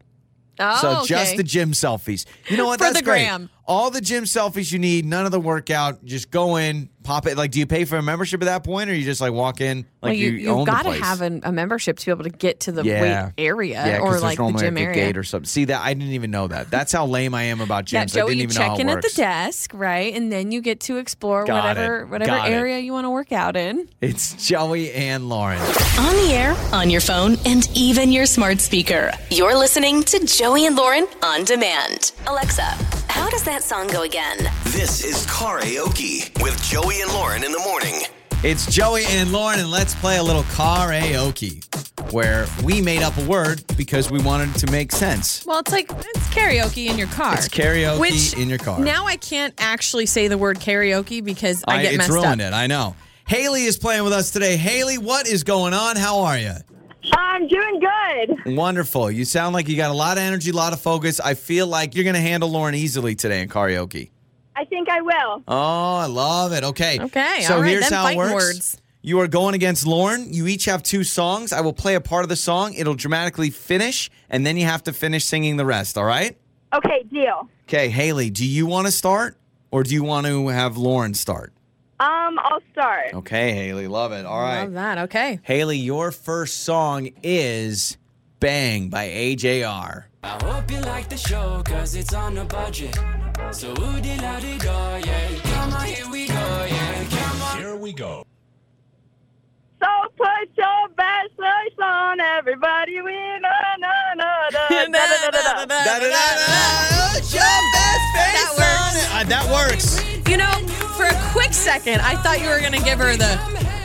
S3: Oh,
S2: so
S3: okay.
S2: just the gym selfies. You know what?
S3: For
S2: That's
S3: the
S2: great.
S3: gram.
S2: All the gym selfies you need. None of the workout. Just go in, pop it. Like, do you pay for a membership at that point, or you just like walk in like
S3: well, you,
S2: you
S3: have
S2: own
S3: got
S2: the
S3: to
S2: place?
S3: have an, a membership to be able to get to the
S2: Yeah.
S3: weight area
S2: yeah, 'cause
S3: or
S2: there's
S3: like the
S2: normally
S3: gym
S2: like a
S3: area.
S2: gate or something. See that I didn't even know that. That's how lame I am about gyms.
S3: yeah,
S2: I
S3: Joey,
S2: didn't
S3: you
S2: even know how
S3: check
S2: it
S3: in at the
S2: works.
S3: desk, right? And then you get to explore
S2: Got it.
S3: whatever whatever
S2: Got it.
S3: area you want to work out in.
S2: It's Joey and Lauren.
S1: On the air, on your phone, and even your smart speaker. You're listening to Joey and Lauren on demand. Alexa, how does that song go again?
S4: This is Karaoke with Joey and Lauren in the morning.
S2: It's Joey and Lauren, and let's play a little karaoke, where we made up a word because we wanted it to make sense.
S3: Well, it's like it's karaoke in your car.
S2: It's karaoke
S3: Which
S2: in your car.
S3: Now I can't actually say the word karaoke because I, get
S2: it's
S3: messed
S2: ruined
S3: up.
S2: it. I know. Haley is playing with us today. Haley, what is going on? How are you?
S6: I'm doing good.
S2: Wonderful. You sound like you got a lot of energy, a lot of focus. I feel like you're going to handle Lauren easily today in karaoke.
S6: I think I will.
S2: Oh, I love it. Okay.
S3: Okay,
S2: So
S3: all right,
S2: here's
S3: then
S2: how it
S3: fighting
S2: works.
S3: words.
S2: You are going against Lauren. You each have two songs. I will play a part of the song. It'll dramatically finish, and then you have to finish singing the rest. All right.
S6: Okay, deal.
S2: Okay, Haley. Do you want to start, or do you want to have Lauren start?
S6: Um, I'll start.
S2: Okay, Haley. Love it. All right.
S3: Love that. Okay.
S2: Haley, your first song is Bang by AJR.
S8: I hope you like the show, cause it's on a budget. So woody la dee da, yeah. Come on, here we go, yeah. Come on.
S6: So put your best face on, everybody. We na na na da da da da da. da.
S2: That works. Uh, That works.
S3: You know, for a quick second, I thought you were gonna give her the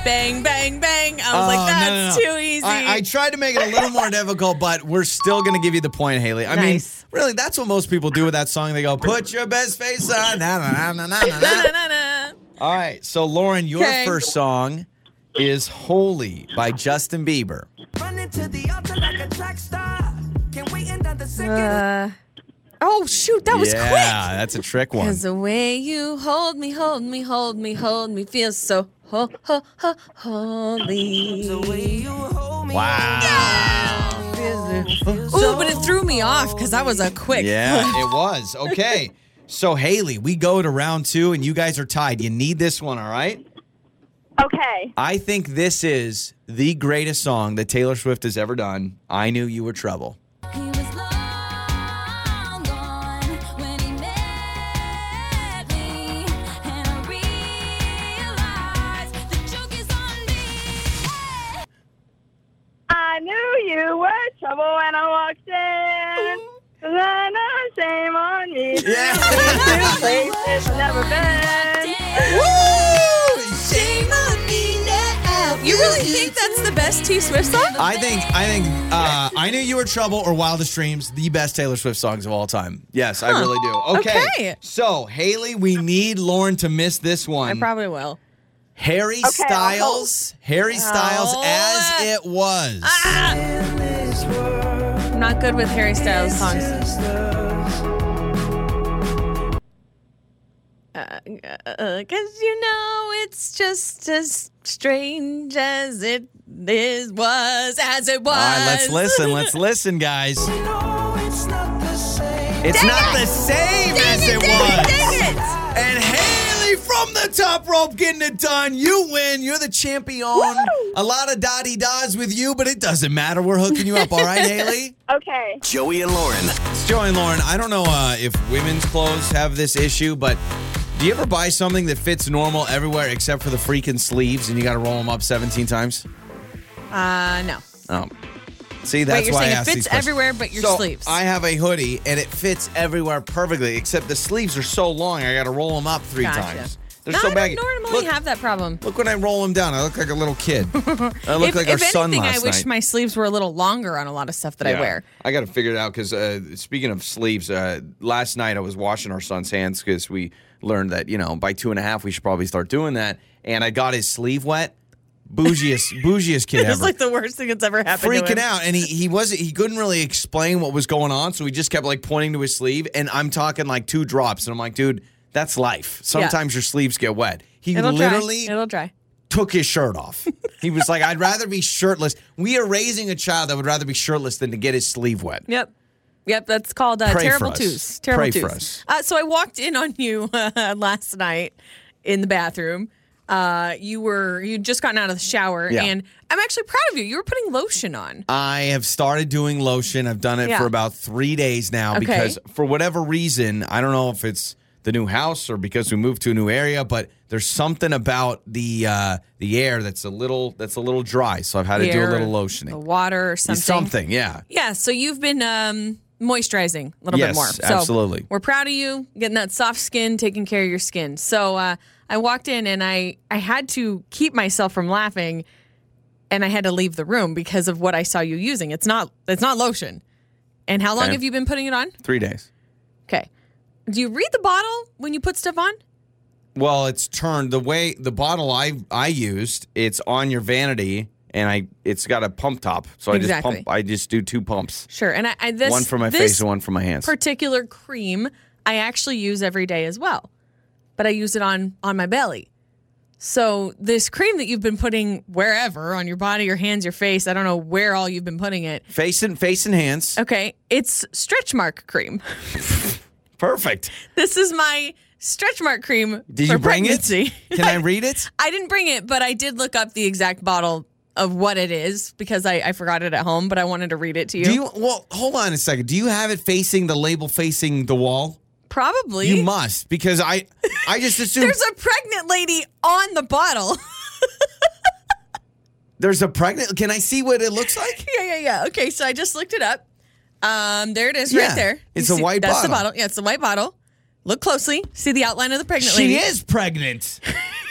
S3: bang, bang, bang. I was
S2: Oh,
S3: like,
S2: no, no,
S3: that's
S2: no.
S3: too easy.
S2: I, I tried to make it a little more difficult, but we're still going to give you the point, Haley. I
S3: Nice.
S2: mean, really, that's what most people do with that song. They go, put your best face on. Na, na, na, na, na, na.
S3: Na-na-na-na.
S2: All right. So, Lauren, your
S3: Okay.
S2: first song is Holy by Justin Bieber.
S8: Running to the altar like a track star. Can't wait another second.
S3: Uh, oh shoot, that was
S2: yeah,
S3: quick.
S2: that's a trick one.
S3: Cause the way you hold me, hold me, hold me, hold me feels so ho ho ho holy.
S2: Wow.
S3: Ooh, but it threw me off because that was a quick.
S2: Yeah, it was. Okay. So, Haley, we go to round two, and you guys are tied. You need this one, all right?
S6: Okay.
S2: I think this is the greatest song that Taylor Swift has ever done. I knew you were trouble.
S6: I knew you were trouble when I walked in. Then I shame on me. Two places never been.
S3: You really think that's the best T Swift song?
S2: I think I think uh, I knew you were trouble or Wildest Dreams, the best Taylor Swift songs of all time. Yes, I really do. Okay.
S3: Okay.
S2: So Haley, we need Lauren to miss this one.
S3: I probably will.
S2: Harry Styles, Harry Styles,
S3: Oh.
S2: as it was.
S3: I'm not good with Harry Styles songs. Uh, uh, 'cause you know it's just as strange as it is was as it was.
S2: All right, let's listen. Let's listen, guys. It's not the same as it was. And Haley from the top rope getting it done. You win. You're the champion. A lot of dotty da's with you, but it doesn't matter. We're hooking you up, all right, Haley?
S6: Okay.
S4: Joey and Lauren.
S2: It's Joey and Lauren. I don't know uh, if women's clothes have this issue, but do you ever buy something that fits normal everywhere except for the freaking sleeves and you got to roll them up 17 times?
S3: Uh, no.
S2: Oh. See,
S3: But
S2: that's
S3: you're
S2: why I
S3: saying it
S2: asked these
S3: fits
S2: questions.
S3: everywhere but your
S2: so
S3: sleeves.
S2: I have a hoodie and it fits everywhere perfectly, except the sleeves are so long I got to roll them up three
S3: Gotcha.
S2: times. They're
S3: no,
S2: so
S3: I
S2: baggy.
S3: don't normally
S2: look,
S3: have that problem.
S2: look when I roll them down, I look like a little kid. I look
S3: if
S2: like
S3: if
S2: our son
S3: anything,
S2: last
S3: I wish
S2: night.
S3: my sleeves were a little longer on a lot of stuff that I
S2: Yeah.
S3: wear.
S2: I got to figure it out because uh, speaking of sleeves, uh, last night I was washing our son's hands because we learned that you know by two and a half we should probably start doing that, and I got his sleeve wet. Bougiest, bougiest kid
S3: It's
S2: ever.
S3: like the worst thing that's ever happened. to
S2: freaking
S3: him.
S2: out and he, he wasn't he couldn't really explain what was going on so he just kept like pointing to his sleeve and i'm talking like two drops and i'm like dude that's life sometimes your sleeves get wet he
S3: It'll
S2: literally
S3: dry. It'll dry.
S2: took his shirt off he was like i'd rather be shirtless we are raising a child that would rather be shirtless than to get his sleeve wet
S3: Yep. Yep, that's called uh,
S2: Pray
S3: terrible
S2: for us.
S3: twos. Terrible
S2: Pray
S3: twos.
S2: for us.
S3: Uh, so I walked in on you uh, last night in the bathroom. Uh, you were you would just gotten out of the shower,
S2: Yeah.
S3: and I'm actually proud of you. You were putting lotion on.
S2: I have started doing lotion. I've done it
S3: Yeah.
S2: for about three days now because, for whatever reason, I don't know if it's the new house or because we moved to a new area, but there's something about the uh, the air that's a little that's a little dry. So I've had to do a
S3: Air,
S2: little
S3: the
S2: lotioning,
S3: water or something.
S2: something. Yeah,
S3: Yeah. So you've been um, moisturizing a little bit
S2: Yes,
S3: more. So
S2: absolutely.
S3: We're proud of you getting that soft skin, taking care of your skin. So uh, I walked in and I I had to keep myself from laughing, and I had to leave the room because of what I saw you using. It's not it's not lotion. And how long
S2: Okay.
S3: have you been putting it on?
S2: three days.
S3: Okay. Do you read the bottle when you put stuff on?
S2: Well, it's turned the way the bottle I I used. It's on your vanity, and I it's got a pump top. So I
S3: Exactly.
S2: just pump. I just do two pumps,
S3: Sure. And I, I this
S2: one for my
S3: this
S2: face and one for my hands.
S3: particular cream I actually use every day as well, but I use it on on my belly. So this cream that you've been putting wherever on your body, your hands, your face, I don't know where all you've been putting it.
S2: face and face and hands.
S3: Okay, it's stretch mark cream.
S2: Perfect.
S3: This is my stretch mark cream.
S2: Did
S3: for
S2: you bring
S3: pregnancy.
S2: it? Can I read it?
S3: I didn't bring it, but I did look up the exact bottle of what it is because I, I forgot it at home, but I wanted to read it to you.
S2: Do you well hold on a second. Do you have it facing the label facing the wall?
S3: Probably.
S2: You must, because I I just assumed
S3: There's a pregnant lady on the bottle.
S2: there's a pregnant can I see what it looks like?
S3: Yeah, yeah, yeah. Okay, so I just looked it up. Um, there it is,
S2: Yeah,
S3: right there.
S2: it's
S3: You
S2: a white
S3: that's the
S2: bottle.
S3: bottle. Yeah, it's a white bottle. Look closely. See the outline of the pregnant
S2: She
S3: lady.
S2: is pregnant.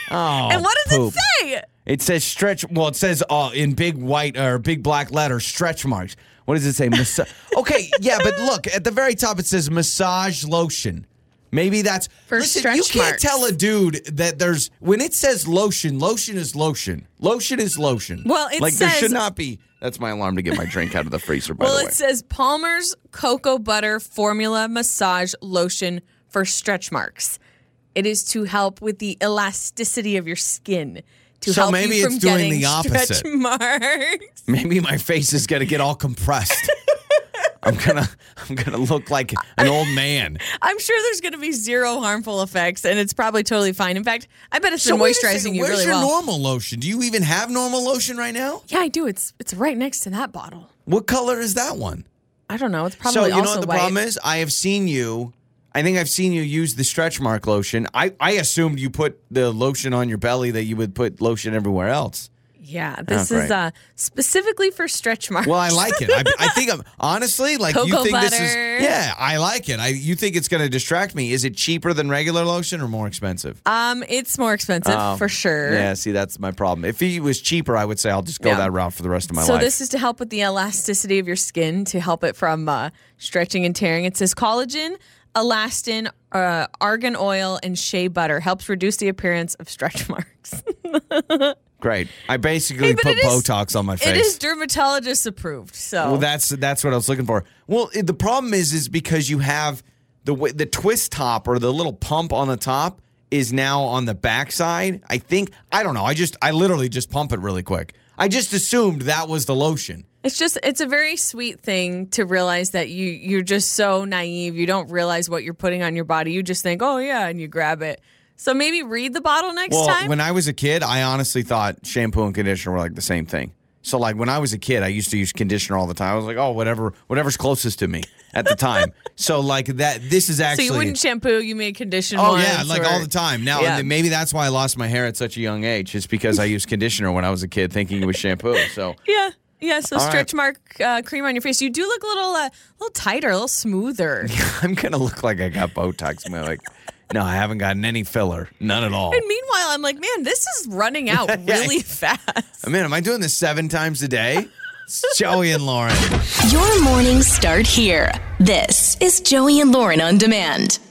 S2: Oh
S3: And what does
S2: poop.
S3: it say?
S2: It says stretch well, it says uh, in big white or big black letters, stretch marks. What does it say? Mas- okay, yeah, but look, at the very top it says massage lotion. Maybe that's
S3: For
S2: Listen,
S3: stretch
S2: You can't
S3: marks.
S2: tell a dude that there's when it says lotion, lotion is lotion. Lotion is lotion.
S3: Well, it
S2: like there
S3: says-
S2: should not be. That's my alarm to get my drink out of the freezer. By
S3: Well,
S2: the way,
S3: it says Palmer's Cocoa Butter Formula Massage Lotion for stretch marks. It is to help with the elasticity of your skin. To
S2: So
S3: help
S2: maybe
S3: you from
S2: it's doing
S3: getting
S2: the opposite.
S3: Stretch marks.
S2: maybe my face is gonna get all compressed. I'm gonna I'm gonna look like an old man.
S3: I'm sure there's going to be zero harmful effects, and it's probably totally fine. In fact, I bet it's been
S2: wait a
S3: moisturizing
S2: second,
S3: you
S2: Where's
S3: really
S2: your
S3: well.
S2: normal lotion? Do you even have normal lotion right now?
S3: Yeah, I do. It's it's right next to that bottle.
S2: What color is that one?
S3: I don't know. It's probably
S2: so you know
S3: also
S2: what the
S3: white.
S2: problem is? I have seen you. I think I've seen you use the stretch mark lotion. I, I assumed you put the lotion on your belly that you would put lotion everywhere else.
S3: Yeah, this
S2: Oh,
S3: is
S2: great.
S3: uh, specifically for stretch marks.
S2: Well, I like it. I, I think I'm honestly like you
S3: Cocoa
S2: think this is
S3: butter.
S2: yeah. I like it. I you think it's going to distract me? Is it cheaper than regular lotion or more expensive?
S3: um, it's more expensive
S2: Oh,
S3: Uh, for sure.
S2: Yeah. See, that's my problem. If it was cheaper, I would say I'll just go
S3: Yeah.
S2: that route for the rest of my
S3: so
S2: life.
S3: this is to help with the elasticity of your skin to help it from uh, stretching and tearing. It says collagen, elastin, uh, argan oil, and shea butter helps reduce the appearance of stretch marks.
S2: Great. I basically
S3: but
S2: put
S3: it is-
S2: Botox on my face.
S3: It is dermatologist approved. So
S2: Well, that's that's what I was looking for. Well, it, the problem is, is because you have the wa- the twist top or the little pump on the top. is now on the backside. I think I don't know. I just I literally just pump it really quick. I just assumed that was the lotion.
S3: It's just it's a very sweet thing to realize that you you're just so naive. You don't realize what you're putting on your body. You just think, "Oh yeah," and you grab it. So maybe read the bottle next
S2: well,
S3: time.
S2: when I was a kid, I honestly thought shampoo and conditioner were like the same thing. So like when I was a kid, I used to use conditioner all the time. I was like, oh, whatever, whatever's closest to me at the time. so like that, this is
S3: so
S2: actually.
S3: you wouldn't shampoo, you made condition
S2: Oh
S3: once
S2: yeah, like
S3: or-
S2: all the time. Now
S3: Yeah.
S2: and maybe that's why I lost my hair at such a young age. It's because I used conditioner when I was a kid, thinking it was shampoo. So
S3: Yeah. Yeah, so
S2: All right.
S3: stretch mark uh, cream on your face. You do look a little, uh, little tighter, a little smoother.
S2: I'm gonna look like I got Botox. I'm like, no, I haven't gotten any filler, none at all.
S3: And meanwhile, I'm like, man, this is running out really fast.
S2: I mean, am I doing this seven times a day? It's Joey and Lauren.
S1: Your mornings start here. This is Joey and Lauren on demand.